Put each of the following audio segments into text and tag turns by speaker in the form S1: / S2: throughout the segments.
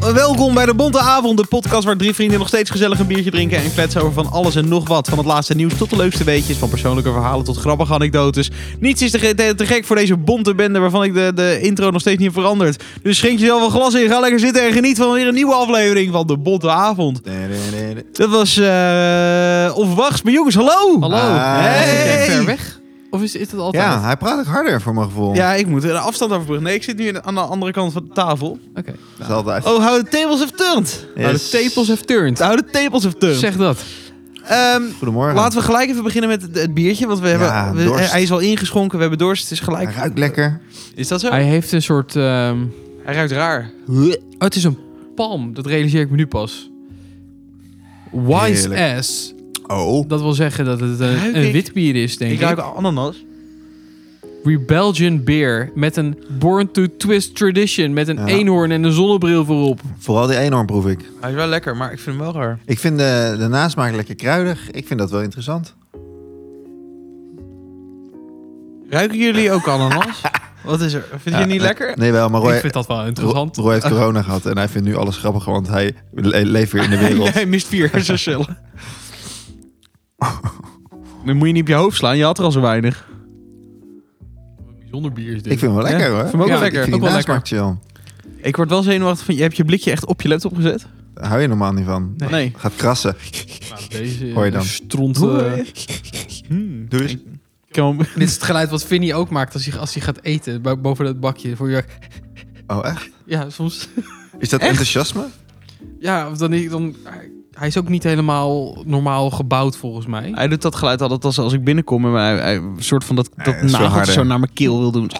S1: Welkom bij de Bonte Avond, de podcast waar drie vrienden nog steeds gezellig een biertje drinken en kletsen over van alles en nog wat. Van het laatste nieuws tot de leukste weetjes, van persoonlijke verhalen tot grappige anekdotes. Niets is te, ge- te- te gek voor deze bonte bende waarvan ik de, de intro nog steeds niet heb veranderd. Dus schenk jezelf een glas in, ga lekker zitten en geniet van weer een nieuwe aflevering van de Bonte Avond. Dat was eh Of Wachts, maar jongens, hallo!
S2: Hallo.
S3: Ah.
S2: Is
S1: Hey.
S2: het ver weg? Of is, is het altijd?
S3: Ja, hij praat ook harder voor mijn gevoel.
S1: Ja, ik moet een afstand overbruggen. Nee, ik zit nu aan de- aan de andere kant van de tafel.
S2: Oké.
S3: Dat is altijd.
S1: Oh, how the tables have turned!
S2: Nou, de
S3: Yes.
S2: tepels have turned.
S1: How the tables have turned.
S2: Zeg dat.
S1: Ehm,
S3: Goedemorgen.
S1: Laten we gelijk even beginnen met het- het biertje. Want we hebben,
S3: Ja,
S1: we-
S3: dorst.
S1: hij is al ingeschonken, we hebben dorst. Het is gelijk.
S3: Hij ruikt lekker.
S1: Is dat zo?
S2: Hij heeft een soort... ehm,
S1: Hij ruikt raar.
S2: Oh, het is een palm. Dat realiseer ik me nu pas. Wise
S3: Heerlijk.
S2: ass.
S3: Oh.
S2: Dat wil zeggen dat het een,
S1: Ruik
S2: een
S1: ik?
S2: wit bier is, denk
S1: Ik
S2: ik.
S1: ruik ananas.
S2: Rebellion beer met een born to twist tradition. Met een
S3: Ja.
S2: eenhoorn en een zonnebril voorop.
S3: Vooral die eenhoorn proef ik.
S1: Hij is wel lekker, maar ik vind hem wel raar.
S3: Ik vind de, de nasmaak lekker kruidig. Ik vind dat wel interessant.
S1: Ruiken jullie ook ananas? Wat is er? Vind je het
S3: Ja,
S1: niet
S3: nee.
S1: lekker?
S3: Nee, wel, maar
S2: ik
S3: Roy,
S2: vind dat wel
S3: Roy,
S2: interessant.
S3: Roy heeft corona gehad en hij vindt nu alles grappig, want hij le- leeft weer in de wereld.
S1: Hij mist vier hersencellen. Dan moet je niet op je hoofd slaan, je had er al zo weinig.
S2: Bijzonder bier is dit.
S3: Ik vind hem wel lekker hoor.
S1: vind hem ook wel lekker.
S3: Ik vind
S2: Ook
S3: die
S2: wel
S3: nasmaak chill.
S1: Ik word wel zenuwachtig van, je hebt je blikje echt op je laptop gezet?
S3: Daar hou je normaal niet van.
S1: Nee.
S3: Gaat krassen.
S2: Nou, deze
S3: Hoor je dan?
S2: stront... eh,
S1: Hoe- Hmm.
S3: Doe eens.
S1: Ik kan hem-
S2: Dit is het geluid wat Vinnie ook maakt als hij, als hij gaat eten bo- boven dat bakje. Voor je,
S3: Oh, echt?
S2: ja, soms.
S3: Is dat
S1: Echt?
S3: enthousiasme?
S2: Ja, of dan, dan, hij is ook niet helemaal normaal gebouwd volgens mij.
S1: Hij doet dat geluid altijd als, als ik binnenkom en hij, hij- een soort van dat, dat
S3: dat is wel
S1: nageltje
S3: harder.
S1: zo naar mijn keel wil doen.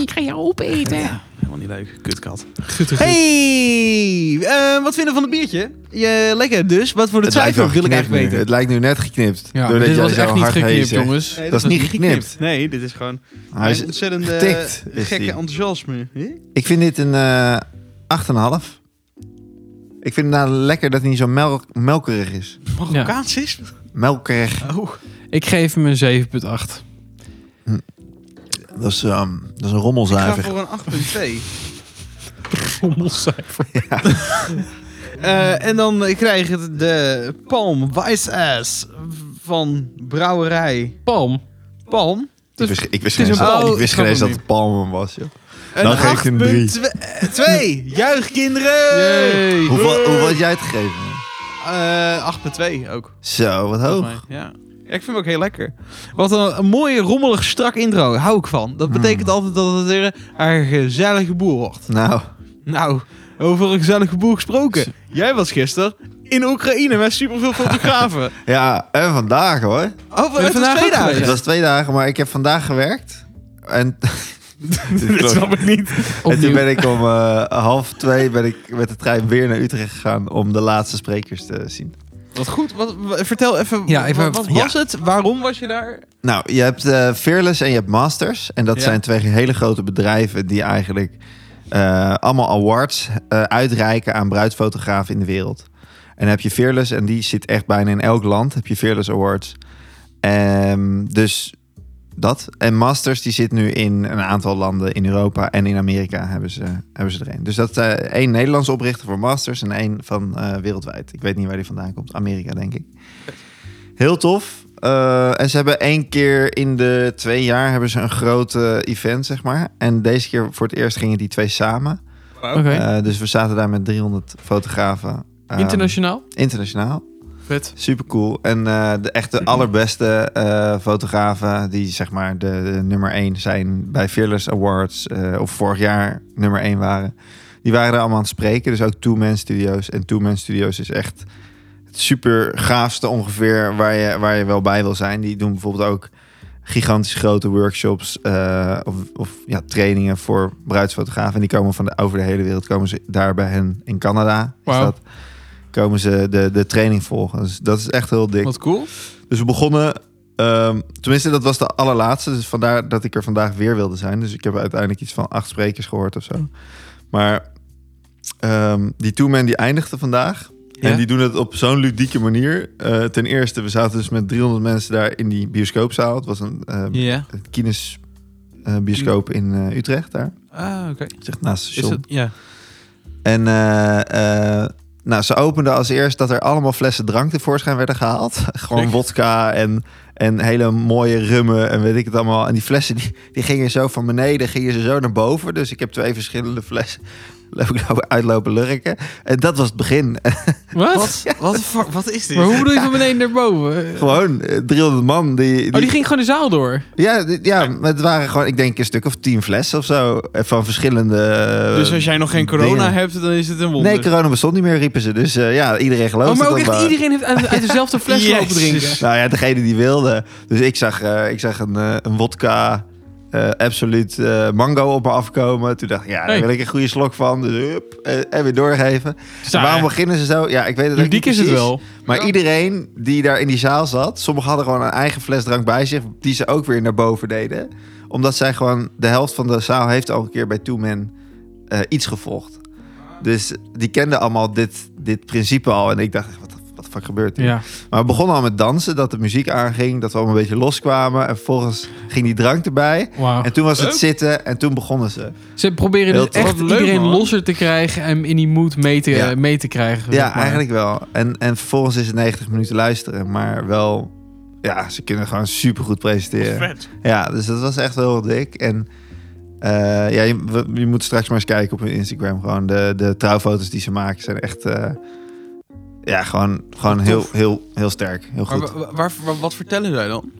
S2: Ik ga jou opeten.
S1: Helemaal niet leuk, kutkat. Hey, eh, wat vinden we van het biertje? Je, lekker dus. Wat voor de cijfer wil ik
S3: geknipt
S1: eigenlijk
S3: nu.
S1: weten?
S3: Het lijkt nu net geknipt.
S2: Ja,
S3: doordat
S2: dit
S3: jij
S2: was
S3: zo
S2: echt niet
S3: hard heen
S2: geknipt,
S3: zegt.
S2: jongens.
S1: Nee,
S3: dat is niet geknipt.
S1: Nee, dit is gewoon
S3: Hij is
S1: een ontzettend eh,
S3: getikt, is
S1: gekke
S3: die.
S1: enthousiasme. hè?
S3: Ik vind dit een eh 8,5. Ik vind het nou lekker dat hij niet zo mel- melkerig is.
S1: Marokkaans is?
S3: Melkerig.
S1: Oh.
S2: Ik geef hem een 7,8.
S3: Dat is, ehm, dat is een
S1: Ik ga
S3: rommelzuiver.
S1: voor een 8.2.
S2: Rommelcijfer.
S1: Eh, en dan eh, krijg je de Palm Wise Ass van Brouwerij
S2: Palm. Dus-
S1: Palm.
S3: Ik wist, ik wist
S2: het is
S3: geen
S2: een
S3: eens-
S2: palm.
S3: ik wist
S2: Ik
S3: geen
S2: snap
S3: eens
S2: hem
S3: dat het palmen was. joh.
S1: Een
S3: Dan geef ik hem drie.
S1: eh, 8.2. Juich kinderen!
S2: Yay.
S3: Hoeveel, hoeveel had jij het gegeven?
S1: Eh, 8.2 ook.
S3: Zo, wat hoog.
S1: Volgens mij, Ja. Ja, ik vind hem ook heel lekker. Wat een, een mooie, rommelig, strak intro. Hou ik van.
S3: Hmm.
S1: Dat betekent altijd dat het weer een gezellige boel wordt.
S3: Nou,
S1: Nou, over een gezellige boel gesproken. Jij was gisteren in Oekraïne met superveel fotografen.
S3: ja, en vandaag hoor.
S1: Oh,
S2: je
S1: het was
S2: vandaag
S1: twee
S2: ook
S1: dagen.
S3: Het
S2: geweest?
S3: was twee dagen, maar ik heb vandaag gewerkt. En,
S1: Dit snap ik niet.
S3: en toen
S2: Opnieuw.
S3: ben ik om eh, half twee ben ik met de trein weer naar Utrecht gegaan om de laatste sprekers te zien.
S1: Wat goed. Wat, wa- vertel even,
S2: Ja, even-
S1: wat, wat
S3: ja.
S1: was het? Waarom was je daar?
S3: Nou, je hebt eh, Fearless en je hebt Masters. En dat
S1: Ja.
S3: zijn twee hele grote bedrijven die eigenlijk eh, allemaal awards eh, uitreiken aan bruidsfotografen in de wereld. En dan heb je Fearless en die zit echt bijna in elk land. Heb je Fearless Awards. Ehm, dus dat. En Masters die zit nu in een aantal landen in Europa en in Amerika hebben ze, hebben ze er een. Dus dat eh één Nederlands oprichter voor Masters en één van eh, wereldwijd. Ik weet niet waar die vandaan komt. Amerika denk ik. Heel tof. Eh, en ze hebben één keer in de twee jaar hebben ze een groot eh, event, zeg maar. En deze keer voor het eerst gingen die twee samen.
S2: Oké.
S3: Eh, dus we zaten daar met 300 fotografen. eh,
S2: Internationaal?
S3: Internationaal.
S2: Vet.
S3: Super cool. En eh, de echt de allerbeste eh, fotografen die zeg maar de, de nummer 1 zijn bij Fearless Awards eh, of vorig jaar nummer 1 waren. Die waren er allemaal aan het spreken. Dus ook Two Man Studios. En Two Man Studios is echt het super gaafste ongeveer waar je, waar je wel bij wil zijn. Die doen bijvoorbeeld ook gigantisch grote workshops eh, of, of ja, trainingen voor bruidsfotografen. En die komen van de, over de hele wereld. Komen ze daar bij hen in Canada. Is
S2: Wauw.
S3: dat, komen ze de, de training volgen. Dus dat is echt heel dik.
S2: Wat cool.
S3: Dus we begonnen... ehm, tenminste, dat was de allerlaatste. Dus vandaar dat ik er vandaag weer wilde zijn. Dus ik heb uiteindelijk iets van acht sprekers gehoord of zo. Maar ehm, die Two Man die eindigde vandaag.
S2: Ja.
S3: En die doen het op zo'n ludieke manier. Eh, ten eerste, we zaten dus met 300 mensen daar in die bioscoopzaal. Het was een eh,
S1: Ja.
S3: het Kines eh, bioscoop in eh, Utrecht daar.
S1: Ah, oké.
S3: Zegt naast het
S1: Is
S3: station.
S1: het? Ja.
S3: En eh, eh, nou, ze openden als eerst dat er allemaal flessen drank tevoorschijn werden gehaald. Gewoon
S1: Leuk.
S3: wodka en, en hele mooie rummen en weet ik het allemaal. En die flessen die, die gingen zo van beneden, gingen ze zo naar boven. Dus ik heb twee verschillende flessen loop ik nou uitlopen lurken. En dat was het begin.
S2: Wat?
S1: Wat? Wat, de fuck, wat is dit?
S2: Maar hoe bedoel je van beneden naar boven?
S3: gewoon eh, 300 man. Die,
S2: Oh, die ging gewoon de zaal door.
S3: Ja, dit- ja, maar het waren gewoon, ik denk, een stuk of tien flessen of zo. eh, Van verschillende... eh,
S1: dus als jij nog geen corona
S3: dingen.
S1: hebt, dan is het een wonder.
S3: Nee, corona bestond niet meer, riepen ze. Dus eh, ja, iedereen geloofde
S2: Oh, maar ook
S3: het
S2: echt
S3: dan maar.
S2: iedereen heeft uit, uit dezelfde fles
S1: Jezus.
S2: lopen drinken.
S3: Nou ja, degene die wilde. Dus ik zag, eh, ik zag een, eh, een wodka eh absoluut eh, mango op me afkomen. Toen dacht ik, ja, daar
S2: Hey.
S3: wil ik een goede slok van. Dus hup, eh, en weer doorgeven.
S2: Sta-
S3: En waarom beginnen ze zo? Ja, ik weet het ook
S2: Ludiek
S3: niet
S2: is het
S3: precies.
S2: wel.
S3: Maar iedereen die daar in die zaal zat, sommigen hadden gewoon een eigen fles drank bij zich, die ze ook weer naar boven deden. Omdat zij gewoon, de helft van de zaal heeft al een keer bij Two Men eh, iets gevolgd. Dus die kenden allemaal dit, dit principe al. En ik dacht, echt, wat, de- wat de fuck gebeurt hier?
S2: Ja.
S3: Maar we begonnen al met dansen, dat de muziek aanging, dat we allemaal een beetje loskwamen. En vervolgens ging die drank erbij.
S2: Wauw.
S3: En toen was het
S1: Leuk.
S3: zitten en toen begonnen ze.
S2: Ze proberen
S3: Heel
S2: dus
S3: tof.
S2: echt
S1: Wat leuk,
S2: iedereen
S1: man.
S2: losser te krijgen en in die mood mee te,
S3: Ja.
S2: mee te krijgen. zeg
S3: Ja,
S2: maar.
S3: eigenlijk wel. En, en vervolgens is het 90 minuten luisteren, maar wel... Ja, ze kunnen gewoon supergoed presenteren.
S1: Vet.
S3: Ja, dus dat was echt heel dik. En eh, ja, je, we- je moet straks maar eens kijken op hun Instagram. Gewoon de, de trouwfoto's die ze maken zijn echt... eh, ja, gewoon, gewoon
S1: Tof.
S3: heel, heel, heel sterk. Heel
S1: Maar
S3: goed.
S1: wa- wa- waar- wa- wat vertellen zij dan?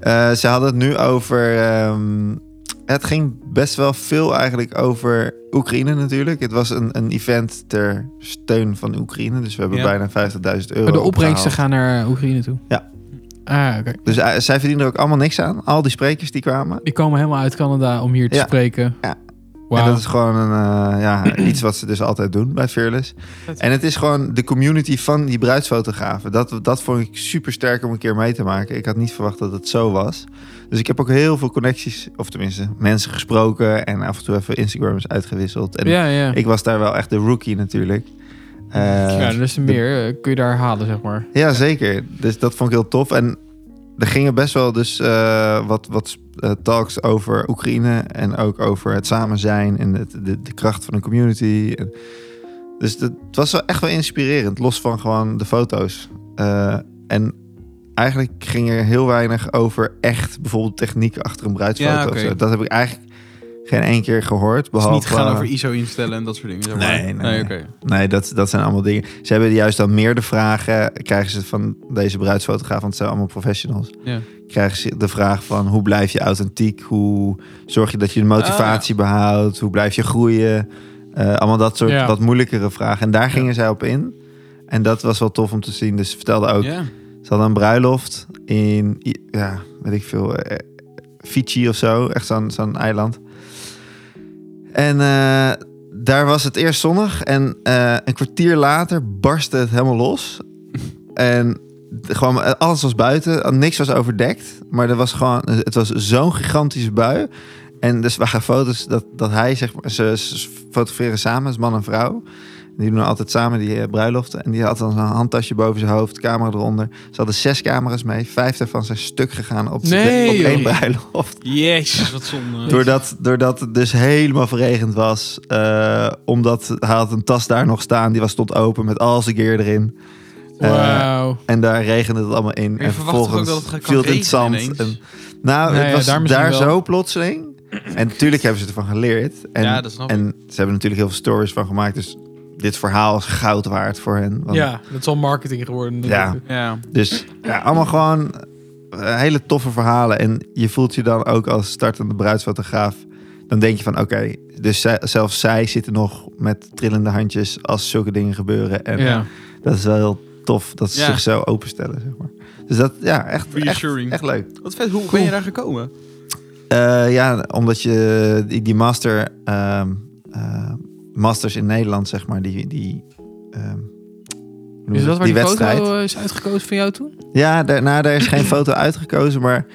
S3: Eh, ze hadden het nu over... ehm, het ging best wel veel eigenlijk over Oekraïne natuurlijk. Het was een, een event ter steun van Oekraïne. Dus we hebben
S1: Ja.
S3: bijna 50.000 euro
S2: De opbrengsten
S3: opgehaald.
S2: gaan naar Oekraïne toe.
S3: Ja.
S2: Ah, oké.
S3: Dus eh, zij verdienen er ook allemaal niks aan. Al die sprekers die kwamen.
S2: Die komen helemaal uit Canada om hier te
S3: Ja.
S2: spreken.
S3: Ja.
S2: Wauw.
S3: En dat is gewoon een, eh, ja, iets wat ze dus altijd doen bij Fearless.
S2: Vet.
S3: En het is gewoon de community van die bruidsfotografen. Dat, dat vond ik super sterk om een keer mee te maken. Ik had niet verwacht dat het zo was. Dus ik heb ook heel veel connecties, of tenminste mensen gesproken. En af en toe even Instagrams uitgewisseld. En
S2: ja, ja.
S3: ik was daar wel echt de rookie natuurlijk. Eh,
S2: ja, dus er meer eh, kun je daar halen, zeg maar.
S3: ja, zeker. Dus dat vond ik heel tof. En er gingen best wel dus eh, wat, wat eh, talks over Oekraïne en ook over het samen zijn en het, de, de kracht van een community. En dus dat, het was wel echt wel inspirerend, los van gewoon de foto's. Eh, en eigenlijk ging er heel weinig over echt bijvoorbeeld techniek achter een bruidsfoto.
S1: Ja,
S3: of
S1: oké.
S3: zo. Dat heb ik eigenlijk geen één keer gehoord.
S1: Het is
S3: Behalve
S1: niet gaan over ISO instellen en dat soort dingen. Zeg maar.
S3: eh, Nee, nee, nee.
S1: oké.
S3: Nee, dat, dat zijn allemaal dingen. Ze hebben juist dan meer de vragen. Krijgen ze van deze bruidsfotograaf, want het zijn allemaal professionals.
S1: Ja.
S3: Krijgen ze de vraag van hoe blijf je authentiek? Hoe zorg je dat je de motivatie
S1: Ah.
S3: behoudt? Hoe blijf je groeien? Eh, allemaal dat soort
S2: Ja.
S3: wat moeilijkere vragen. En daar gingen zij op in. En dat was wel tof om te zien. Dus ze vertelde ook,
S1: Ja.
S3: ze hadden een bruiloft in, I- ja, weet ik veel, eh, Fiji of zo. Echt zo'n zo'n eiland. En eh, daar was het eerst zonnig. En eh, een kwartier later barstte het helemaal los. en d- gewoon eh, alles was buiten. eh, Niks was overdekt. Maar er was gewoon, eh, het was zo'n gigantische bui. En dus waren foto's dat, dat hij, zeg maar, ze, ze fotograferen samen, als man en vrouw. Die doen altijd samen die eh, bruiloften. En die had dan zo'n handtasje boven zijn hoofd, camera eronder. Ze hadden zes camera's mee. Vijf daarvan zijn stuk gegaan op,
S2: Nee,
S3: op één
S2: joh.
S3: bruiloft.
S1: Jezus, wat zonde.
S3: Doordat, doordat het dus helemaal verregend was. eh, omdat hij had een tas daar nog staan. Die was stond open met al zijn gear erin. Eh,
S2: Wauw.
S3: en daar regende het allemaal in.
S1: Maar je
S3: en
S1: verwacht toch ook
S3: vervolgens
S1: dat het gaat
S3: viel het in het
S1: regenen
S3: zand.
S1: ineens?
S3: En, nou,
S2: Nee,
S3: het
S2: ja,
S3: was
S2: daar
S3: daar,
S2: misschien wel.
S3: zo plotseling. En natuurlijk hebben ze ervan geleerd. En,
S1: Ja, dat snap ik.
S3: En ze hebben natuurlijk heel veel stories van gemaakt. Dus dit verhaal is goud waard voor hen. Want-
S2: Ja, dat is al marketing geworden.
S3: Ja.
S1: Ja.
S3: Dus ja, allemaal gewoon eh, hele toffe verhalen. En je voelt je dan ook als startende bruidsfotograaf. Dan denk je van oké, dus zij- zelfs zij zitten nog met trillende handjes als zulke dingen gebeuren. En
S2: Ja.
S3: dat is wel heel tof dat ze
S1: Ja.
S3: zich zo openstellen, zeg maar. Dus dat, ja, echt, echt,
S1: Reassuring.
S3: echt leuk.
S1: Wat vet, hoe ben
S2: Cool.
S1: je daar gekomen?
S3: Eh, ja, omdat je die, die master, ehm, eh, masters in Nederland, zeg maar, die, die, ehm, hoe noem
S2: Is
S3: je
S2: dat
S3: dat?
S2: waar
S3: die
S2: die,
S3: wedstrijd.
S2: foto eh, is uitgekozen van jou toen?
S3: Ja, daar, nou, daar is geen foto uitgekozen, maar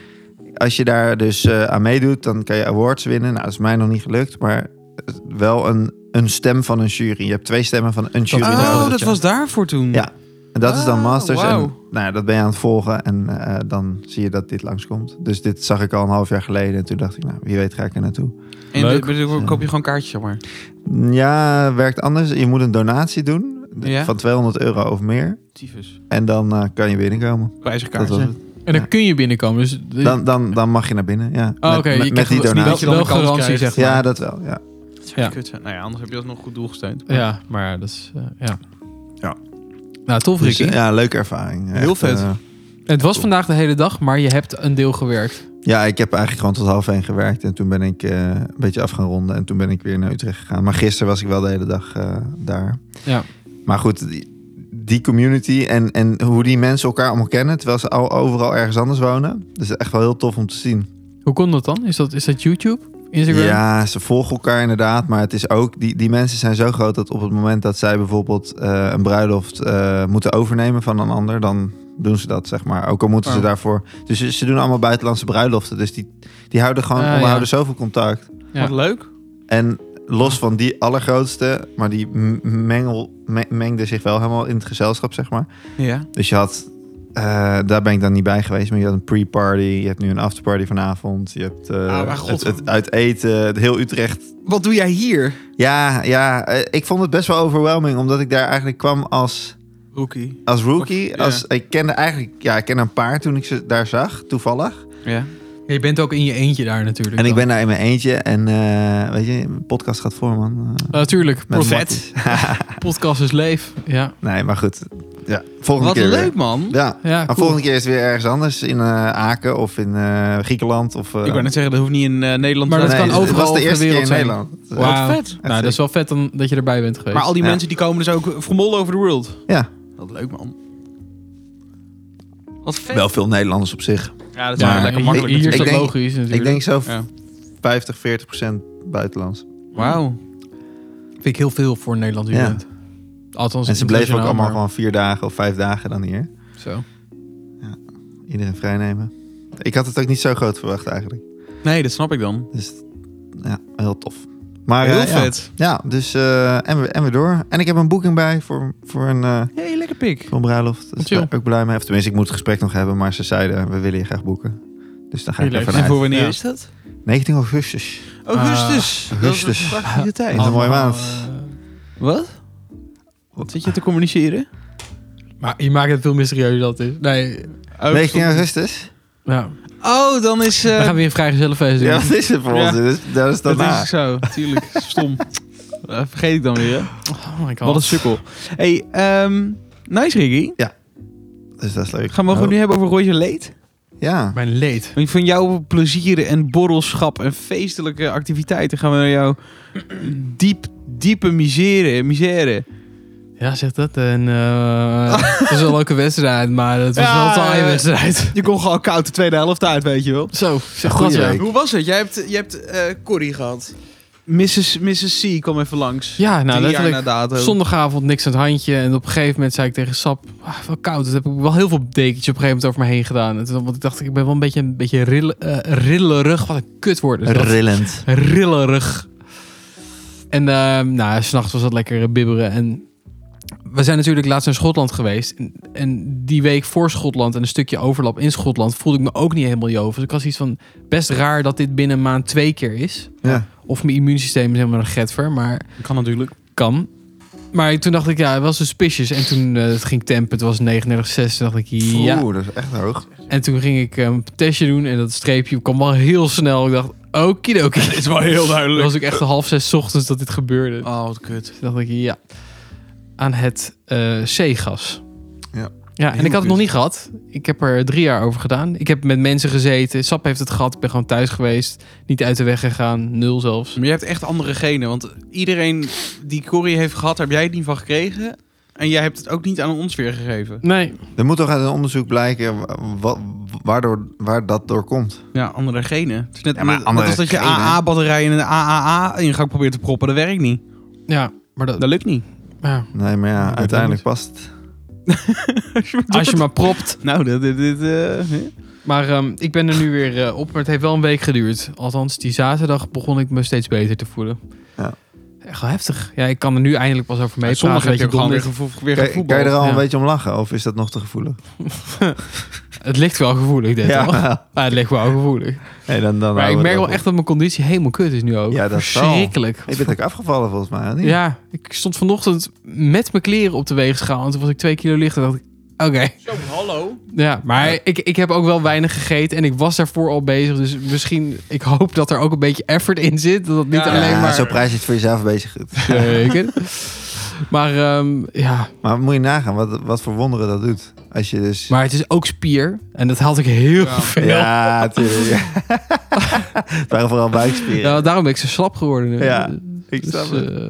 S3: als je daar dus eh, aan meedoet, dan kan je awards winnen. Nou, dat is mij nog niet gelukt, maar wel een, een stem van een jury. Je hebt twee stemmen van een jury.
S2: Oh,
S3: nodig.
S2: dat ja.
S1: daarvoor toen.
S3: Ja. En dat is dan
S2: Ah,
S3: Masters. En
S2: wauw.
S3: nou ja, dat ben je aan het volgen. En eh, dan zie je dat dit langskomt. Dus dit zag ik al een half jaar geleden. En toen dacht ik, nou, wie weet ga ik er naartoe.
S2: En
S1: Leuk.
S2: de- bedoel, koop je gewoon kaartjes, zeg maar.
S3: Ja, werkt anders. Je moet een donatie doen.
S2: Ja.
S3: Van 200 euro of meer.
S2: Tyfus.
S3: En dan eh, kan je binnenkomen.
S1: Prijzig
S3: Dat was
S1: kaartje.
S3: het.
S2: En dan kun je binnenkomen. Dus
S3: Dan, dan, dan mag je naar binnen. Ja.
S2: oh,
S3: Met-
S2: oké.
S3: met,
S2: je
S3: met
S2: krijgt
S3: die
S2: wel-
S3: donatie.
S1: donatie.
S2: wel, wel
S1: Dat je dan een kans
S2: garantie,
S1: krijgt.
S2: zeg
S3: Ja,
S2: maar.
S3: dat wel. Ja.
S1: Dat zou
S2: Ja.
S1: kut zijn. Nou ja, anders heb je alsnog goed doel gesteund.
S2: Ja, maar dat is... eh, ja.
S3: Ja.
S2: Nou, tof,
S3: Dus,
S2: Ricky.
S3: eh, ja, leuke ervaring.
S1: Heel
S3: Echt,
S1: vet.
S3: eh,
S2: Het was vandaag de hele dag, maar je hebt een deel gewerkt.
S3: Ja, ik heb eigenlijk gewoon tot half één gewerkt. En toen ben ik eh, een beetje af gaan ronden. En toen ben ik weer naar Utrecht gegaan. Maar gisteren was ik wel de hele dag eh, daar.
S2: Ja.
S3: Maar goed, die, die community en, en hoe die mensen elkaar allemaal kennen... terwijl ze al, overal ergens anders wonen. Dat is echt wel heel tof om te zien.
S2: Hoe kon dat dan? Is dat, is dat YouTube? Instagram?
S3: Ja, ze volgen elkaar inderdaad. Maar het is ook, die, die mensen zijn zo groot dat op het moment dat zij bijvoorbeeld eh, een bruiloft eh, moeten overnemen van een ander... dan doen ze dat, zeg maar. Ook al moeten ze
S2: Oh.
S3: daarvoor... Dus ze, ze doen allemaal buitenlandse bruiloften. Dus die, die houden gewoon,
S2: Ah, ja.
S3: onderhouden zoveel contact...
S2: Ja.
S1: Wat leuk.
S3: En los van die allergrootste, maar die m- mengel, me- mengde zich wel helemaal in het gezelschap, zeg maar.
S1: Ja.
S3: Dus je had, eh, daar ben ik dan niet bij geweest, maar je had een pre-party, je hebt nu een afterparty vanavond, je hebt eh,
S1: Ah, maar god.
S3: het, het uit eten, het heel Utrecht.
S1: Wat doe jij hier?
S3: Ja, ja, eh, ik vond het best wel overwhelming, omdat ik daar eigenlijk kwam als,
S1: Rookie.
S3: als rookie.
S1: Of- ja.
S3: Als, Ik kende eigenlijk, ja, ik kende een paar toen ik ze daar zag, toevallig.
S1: Ja.
S2: Je bent ook in je eentje daar natuurlijk.
S3: En ik
S2: dan.
S3: ben daar in mijn eentje en eh, weet je, mijn podcast gaat voor, man. Eh,
S2: Eh, Natuurlijk.
S3: met
S2: Pod-
S3: Matties.
S2: podcast is leef. Ja.
S3: Nee, maar goed. Ja, volgende
S1: Wat
S3: keer weer.
S1: leuk, man.
S3: Ja.
S2: Ja,
S3: Maar
S2: cool.
S3: volgende keer is het weer ergens anders. In eh, Aken of in eh, Griekenland. Of, eh,
S1: Ik wou net zeggen, dat hoeft niet in eh, Nederland
S2: Maar
S1: te
S2: dat
S1: zijn.
S2: kan
S3: het
S2: overal
S3: was
S2: op
S3: de
S2: de
S3: eerste keer in
S2: wereld zijn.
S3: Nederland.
S1: Wauw.
S2: Wauw.
S1: vet.
S2: Nou, dat is wel vet dan, dat je erbij bent geweest.
S1: Maar al die
S3: Ja.
S1: mensen die komen dus ook from all over the world.
S3: Ja.
S1: Wat leuk, man. Wat vet.
S3: Wel veel Nederlanders op zich.
S1: Ja, dat is
S3: Maar
S1: wel lekker
S2: hier-
S1: makkelijk.
S2: Hier is
S3: natuurlijk.
S2: dat
S3: Ik denk-
S2: logisch natuurlijk.
S3: Ik denk zo
S1: Ja.
S3: 50, 40 procent buitenlands.
S1: Wauw.
S2: Vind ik heel veel voor Nederland
S3: Ja.
S2: weekend. Althans,
S3: En ze bleven ook
S2: internationaal,
S3: allemaal
S2: maar-
S3: gewoon vier dagen of vijf dagen dan hier.
S2: Zo.
S3: Iedereen vrijnemen. Ik had het ook niet zo groot verwacht eigenlijk.
S1: Nee, dat snap ik dan.
S3: Dus ja, heel tof. Maar,
S1: Heel
S3: eh, ja.
S1: vet.
S3: Ja, dus eh, en, we, en weer door. En ik heb een boeking bij voor, voor een... eh,
S1: Hé, hey, lekker pik.
S3: Van bruiloft. Dat
S2: Chill.
S3: ben ik ook blij mee. Of tenminste, ik moet het gesprek nog hebben, maar ze zeiden we willen je graag boeken. Dus dan ga ik
S2: Heel
S3: er
S2: leuk.
S1: En voor
S3: vanuit.
S1: wanneer
S2: Ja.
S1: is dat?
S3: 19 augustus.
S1: Augustus.
S3: augustus.
S1: Dat is een prachtige tijd.
S3: is een mooie
S2: Allemaal,
S3: maand.
S2: eh,
S1: Wat? Wat zit je te communiceren?
S2: maar je maakt het veel mysterieuzer dan het is. Nee.
S1: Oh,
S3: 19 augustus?
S2: Ja.
S1: oh dan is... eh,
S2: Dan gaan we weer een vrijgezellenfeest doen.
S3: Ja, wat is het voor
S1: Dus Ja.
S3: ons? Dat is, dat is
S1: dat
S3: daarna.
S1: is zo, tuurlijk. Stom. Eh, vergeet ik dan weer. hè?
S2: Oh my god.
S1: Wat een sukkel. hey, ehm, nice Ricky.
S3: Dus dat is leuk.
S2: Nou.
S1: Gaan we gewoon
S3: Oh,
S1: nu hebben over Royce Leed?
S3: Ja.
S2: Mijn leed.
S1: Want van jouw plezieren en borrelschap en feestelijke activiteiten gaan we naar jouw diep, diepe misère. misère.
S2: Ja, zeg dat. En, eh, het was wel een leuke wedstrijd, maar het was
S1: Ja,
S2: wel een taaie
S1: eh,
S2: wedstrijd.
S1: Je kon gewoon koud de tweede helft uit, weet je wel.
S2: Zo, zeg
S3: goeie
S2: dat ja.
S3: week.
S1: Hoe was het? Jij hebt, je hebt eh, Corrie gehad. Mrs. Mrs. C kwam even langs.
S2: Ja, nou
S1: Drie jaar
S2: letterlijk.
S1: na eh, dato.
S2: Zondagavond niks aan het handje. En op een gegeven moment zei ik tegen Sap, ah, wel koud. Dat heb ik wel heel veel dekentjes op een gegeven moment over me heen gedaan. En toen, want ik dacht, ik ben wel een beetje, een beetje rille- eh, rillerig. Wat een kutwoord is
S1: Dus
S2: dat.
S3: Rillend.
S2: rillerig. En ehm nou, s'nachts was dat lekker eh, bibberen. En we zijn natuurlijk laatst in Schotland geweest. En, en die week voor Schotland en een stukje overlap in Schotland voelde ik me ook niet helemaal joven. Dus ik was iets van best raar dat dit binnen een maand twee keer is.
S3: Ja.
S2: Of mijn immuunsysteem is helemaal een getver, maar
S1: Kan natuurlijk.
S2: kan. Maar toen dacht ik, ja, het was suspicious. En toen eh, het ging tempen, het was 39,6. Toen dacht ik, ja.
S3: Oeh, dat is echt hoog.
S2: En toen ging ik eh, een testje doen en dat streepje kwam wel heel snel. Ik dacht, okidoki.
S1: Dit is wel heel
S2: Dat
S1: duidelijk.
S2: was ik echt half zes 's ochtends dat dit gebeurde.
S1: Oh, wat kut.
S2: Toen dacht ik, ja, aan het eh, C-gas.
S3: Ja.
S2: Ja, en ik had het nog niet gehad. Ik heb er drie jaar over gedaan. Ik heb met mensen gezeten. Sap heeft het gehad. Ik ben gewoon thuis geweest. Niet uit de weg gegaan. Nul zelfs.
S1: Maar je hebt echt andere genen. Want iedereen die Corrie heeft gehad, daar heb jij het niet van gekregen. En jij hebt het ook niet aan ons weer gegeven.
S2: Nee.
S3: Er moet toch uit een onderzoek blijken wa- wa- waardoor, waar dat door komt.
S1: Ja, andere genen. Het is net,
S3: Ja, maar
S1: net-
S3: andere
S1: net als dat je
S3: genen.
S1: AA-batterij in een AAA-ingang probeert te proppen. Dat werkt niet.
S2: Ja, maar dat...
S1: Dat lukt niet.
S2: ja.
S3: Nee, maar ja,
S2: weet
S3: uiteindelijk past het.
S2: Als je maar propt.
S1: Nou, dit... dit, dit, eh, hè?
S2: Maar ehm, ik ben er nu weer eh, op. Maar het heeft wel een week geduurd. Althans, die zaterdag begon ik me steeds beter te voelen.
S3: Ja.
S2: echt wel heftig. Ja, ik kan er nu eindelijk pas over mee
S1: Zondag heb je ook
S2: praten.
S1: gewoon weer
S2: weet je,
S1: gevoel, weer
S3: Kan,
S1: gevoetbald.
S3: kan je er al
S2: ja.
S3: een beetje om lachen? Of is dat nog te gevoelig?
S2: donder- Het ligt wel gevoelig, dit toch? Maar Ah, het ligt wel gevoelig.
S3: Nee, dan, dan
S2: maar
S3: houden
S2: ik
S3: we
S2: merk
S3: het
S2: wel
S3: op.
S2: echt dat mijn conditie helemaal kut is nu ook.
S3: Ja, dat zal.
S2: Verschrikkelijk.
S3: Je bent ook afgevallen volgens mij. of niet?
S2: Ja, ik stond vanochtend met mijn kleren op de weegschaal. En toen was ik twee kilo lichter. dacht ik, oké.
S1: Zo, hallo.
S2: Ja, maar ik, ik heb ook wel weinig gegeten. En ik was daarvoor al bezig. Dus misschien, ik hoop dat er ook een beetje effort in zit. Dat het niet
S1: Ja.
S2: alleen
S3: Ja,
S2: maar...
S3: Zo prijs je het voor jezelf een beetje goed.
S2: Zeker. maar ehm, ja,
S3: Maar moet je nagaan wat, wat voor wonderen dat doet. Als je dus...
S2: maar het is ook spier. En dat had ik heel
S1: Ja.
S2: veel. Ja.
S3: ja, tuurlijk. het waren vooral buikspieren.
S2: daarom ben ik zo slap geworden nu.
S3: Ja, ik
S2: Dus,
S3: snap het.
S2: eh, Nou,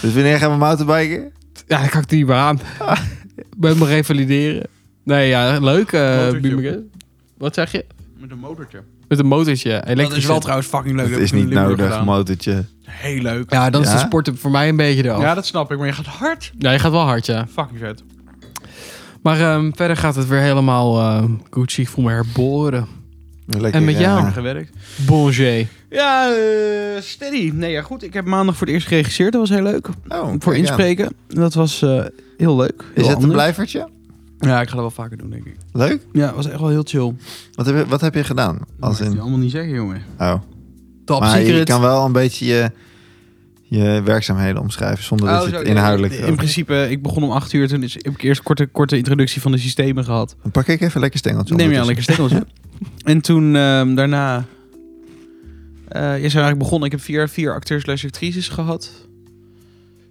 S3: Dus wanneer gaan we mountainbiken?
S2: ja, dan kan ik er niet meer aan.
S1: Ah.
S2: Ik ben me revalideren. Nee, ja, leuk. eh
S1: Motortje.
S2: Biemeke. Wat zeg je?
S1: Met een motortje.
S2: Met een motortje. Elektrisch.
S1: Dat is wel trouwens fucking leuk.
S3: Het
S1: heb ik
S3: is
S1: toen in
S3: niet
S1: Limburg
S3: nodig,
S1: gedaan.
S3: motortje.
S1: Heel leuk.
S2: Ja, dan is
S3: Ja?
S2: de sport voor mij een beetje eraf.
S1: Ja,
S2: Ja,
S1: dat snap ik. Maar je gaat hard.
S2: je gaat wel hard, ja.
S1: Fucking vet.
S2: Maar ehm, verder gaat het weer helemaal eh Gucci. Ik voel me herboren.
S3: Lekker,
S2: En met
S3: eh,
S2: jou?
S1: Gewerkt.
S2: Bonjour.
S1: Ja, eh, steady. Nee, ja, goed. Ik heb maandag voor het eerst geregisseerd. Dat was heel leuk.
S3: oh,
S1: voor
S3: kijk aan.
S1: inspreken. Dat was eh, heel leuk. Heel
S3: Is het een
S1: anders.
S3: blijvertje?
S1: Ja, ik ga dat wel vaker doen, denk ik.
S3: Leuk.
S1: Ja, het was echt wel heel chill.
S3: Wat heb je, wat heb je gedaan?
S1: Dat mag
S3: Als
S1: je
S3: in...
S1: allemaal niet zeggen, jongen.
S3: Oh.
S2: Top
S3: maar je
S2: secret.
S3: kan wel een beetje je, je werkzaamheden omschrijven zonder dat
S1: Oh,
S3: je
S1: zo,
S3: het
S1: ja,
S3: inhoudelijk...
S1: In principe, ik begon om acht uur. Toen is, heb ik eerst een korte, korte introductie van de systemen gehad.
S3: Dan pak ik even lekker stengeltje
S1: Neem je aan,
S3: ondertussen.
S1: lekker stekkeltje. en toen ehm, daarna... eh ja, zijn we eigenlijk begonnen. Ik heb vier, vier acteurs slash actrices gehad.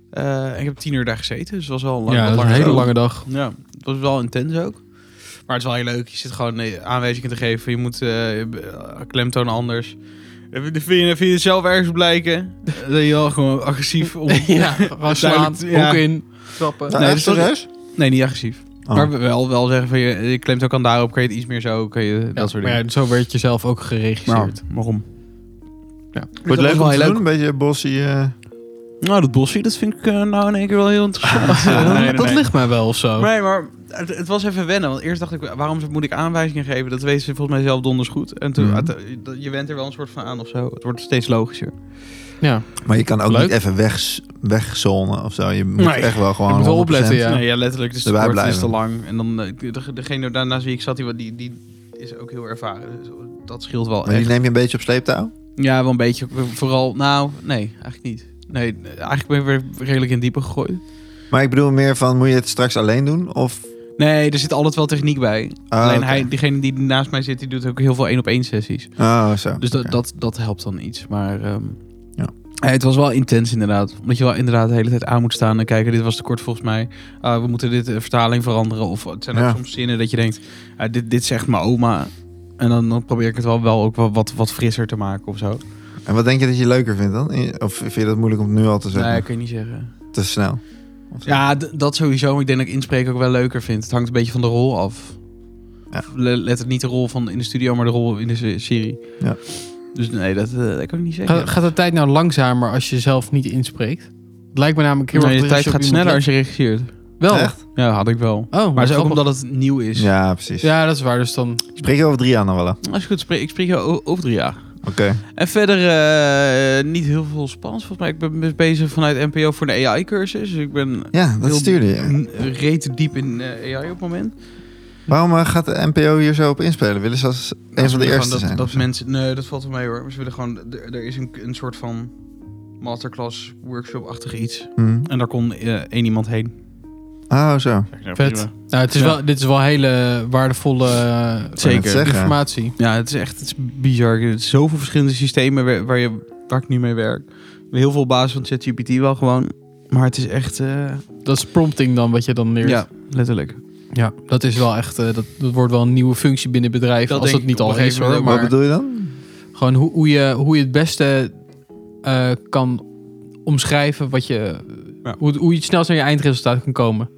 S1: Eh, en ik heb tien uur daar gezeten. Dus het was wel een, lang,
S2: Ja,
S1: wat
S2: dat is een
S1: langer
S2: hele
S1: zo.
S2: lange dag.
S1: Ja, het was wel intens ook. Maar het is wel heel leuk. Je zit gewoon eh, aanwijzingen te geven. Je moet eh, eh, klemtoon anders. Eh, Vind je, vind je het zelf ergens blijken? Eh, Dat je wel gewoon agressief om...
S2: Ja, gewoon slaan,
S1: Duidelijk, ja.
S2: ook in, trappen.
S3: Nou,
S1: Nee,
S3: echt
S1: dat is wel-
S3: serieus?
S1: Nee, niet agressief.
S3: Oh.
S1: Maar wel, wel zeggen van je, je klemt ook aan daarop, kan je het iets meer zo, kan je dat soort
S2: maar
S1: dingen.
S2: ja, zo werd je zelf ook geregisseerd.
S1: Maar waarom? Ja.
S3: Wordt
S1: Dat
S3: leuk
S1: was
S3: om
S1: wel
S3: te
S1: heel
S3: doen, een beetje bossy... eh,
S1: Nou, dat bosje, dat vind ik eh, nou in één keer wel heel interessant.
S2: Ja,
S1: Eh,
S2: dat-
S1: nee,
S2: dat
S1: nee.
S2: ligt mij wel of
S3: Oh.
S2: zo.
S1: Nee, maar het, het was even wennen. Want eerst dacht ik, waarom moet ik aanwijzingen geven? Dat weten ze volgens mij zelf donders goed. En toen,
S3: Mhm.
S1: het- eh, je- je went er wel een soort van aan of zo. Het wordt steeds logischer.
S2: ja.
S3: Maar je kan ook
S2: Leuk.
S3: niet even weg, wegzonen of zo. Je moet
S1: Nee.
S3: echt wel gewoon.
S2: Je moet wel opletten,
S3: 100%.
S2: Ja.
S1: Nee, ja, letterlijk. Dus de
S3: Erbij
S1: sport is te
S3: blijven.
S1: lang. En dan, eh, de- degene daarnaast wie ik zat, die, die, die is ook heel ervaren. Dus dat scheelt wel
S3: Maar
S1: echt.
S3: die neem je een beetje op sleeptouw.
S1: Ja, wel een beetje. Vooral, nou, nee, eigenlijk niet. Nee, eigenlijk ben ik weer redelijk in diepe gegooid.
S3: Maar ik bedoel meer van, moet je het straks alleen doen? Of,
S1: Nee, er zit altijd wel techniek bij.
S3: Ah,
S1: Alleen
S3: oké.
S1: hij, diegene die naast mij zit, die doet ook heel veel één op één sessies.
S3: Oh, zo.
S1: Dus
S3: Oké.
S1: dat, dat, dat helpt dan iets. Maar ehm,
S3: Ja.
S1: eh, het was wel intens inderdaad. Omdat je wel inderdaad de hele tijd aan moet staan en kijken. Dit was te kort volgens mij. Ah, we moeten dit eh, vertaling veranderen. Of het zijn
S3: Ja.
S1: ook soms zinnen dat je denkt, ah, dit, dit zegt mijn oma. En dan, dan probeer ik het wel, wel ook wel wat, wat frisser te maken of zo.
S3: En wat denk je dat je leuker vindt dan? In- Of vind je dat moeilijk om het nu al te zeggen?
S1: Nee, kan je niet zeggen.
S3: Te snel. Of zo?
S1: Ja, d- dat sowieso. Maar ik denk dat ik inspreken ook wel leuker vind. Het hangt een beetje van de rol af.
S3: Ja.
S1: Le- Let het niet de rol van in de studio, maar de rol in de se- serie.
S3: Ja.
S1: Dus nee, dat, eh, dat kan ik niet zeggen.
S2: Ga- gaat de tijd nou langzamer als je zelf niet inspreekt? Het lijkt me namelijk heel
S1: Nee,
S2: erg
S1: de
S2: dat
S1: tijd gaat
S2: op
S1: sneller
S2: iemand
S1: als je regisseert.
S2: let. Wel.
S3: Echt?
S1: Ja, had ik wel.
S2: Oh,
S1: Maar het is ook
S2: grappig.
S1: omdat het nieuw is.
S3: Ja, precies.
S2: Ja, dat is waar. Dus dan...
S3: Spreek je over drie jaar nog wel? hè?
S1: Als ik goed spreek, ik spreek jou o- over drie jaar.
S3: Oké.
S1: En verder eh, niet heel veel spannends. Volgens mij, ik ben best bezig vanuit NPO voor een AI-cursus. Dus ik ben
S3: Ja, dat
S1: heel
S3: stuurde je.
S1: n- reet diep in eh, AI op het moment.
S3: Waarom eh, gaat de NPO hier zo op inspelen? Willen ze als een
S1: Nou,
S3: van
S1: ze willen
S3: de
S1: gewoon
S3: eerste
S1: dat,
S3: zijn?
S1: Dat mensen, nee, dat valt wel mee hoor. Maar ze willen gewoon, d- er is een, een soort van masterclass, workshop-achtig iets.
S3: Hm.
S1: En daar kon eh, één iemand heen.
S3: Oh, zo.
S1: Zeg ik, nou,
S2: Vet.
S1: prima.
S2: Nou, het is
S1: Ja.
S2: wel, dit is wel hele waardevolle eh,
S1: Zeker.
S3: zeggen.
S2: informatie.
S1: Ja, het is echt het is bizar. Er zijn zoveel verschillende systemen waar, waar je, waar ik nu mee werk. Heel veel op basis van ChatGPT wel gewoon. Maar het is echt, eh,
S2: Dat is prompting dan, wat je dan leert.
S1: ja, letterlijk.
S2: Ja, dat is wel echt, eh, dat, dat wordt wel een nieuwe functie binnen bedrijven.
S1: Dat
S2: als
S1: denk
S2: dat niet
S1: ik op
S2: al
S1: een
S2: is
S1: gegeven
S2: hoor.
S1: moment
S3: Wat
S2: Maar
S3: bedoel je dan?
S2: gewoon hoe, hoe, je, hoe je het beste eh, kan omschrijven wat je,
S1: Ja.
S2: hoe, hoe je het snelst naar je eindresultaat kan komen.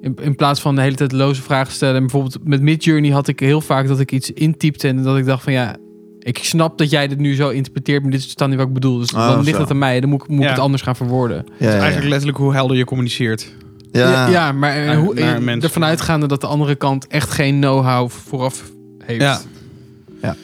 S2: In, in plaats van de hele tijd loze vragen stellen. En bijvoorbeeld met Midjourney had ik heel vaak dat ik iets intypte en dat ik dacht van ja, ik snap dat jij dit nu zo interpreteert, maar dit is dan niet wat ik bedoel. Dus
S3: Ah,
S2: dan ligt
S3: zo.
S2: het aan mij. Dan moet, ik- moet ik
S1: Ja.
S2: het anders gaan verwoorden.
S3: Ja, ja,
S1: Eigenlijk
S3: ja.
S1: letterlijk hoe helder je communiceert.
S2: Ja,
S3: Ja,
S2: ja, maar eh,
S1: Naar-
S2: hoe,
S1: naar
S2: eh,
S1: mensen.
S2: ervan uitgaande dat de andere kant echt geen know-how vooraf heeft.
S1: Ja.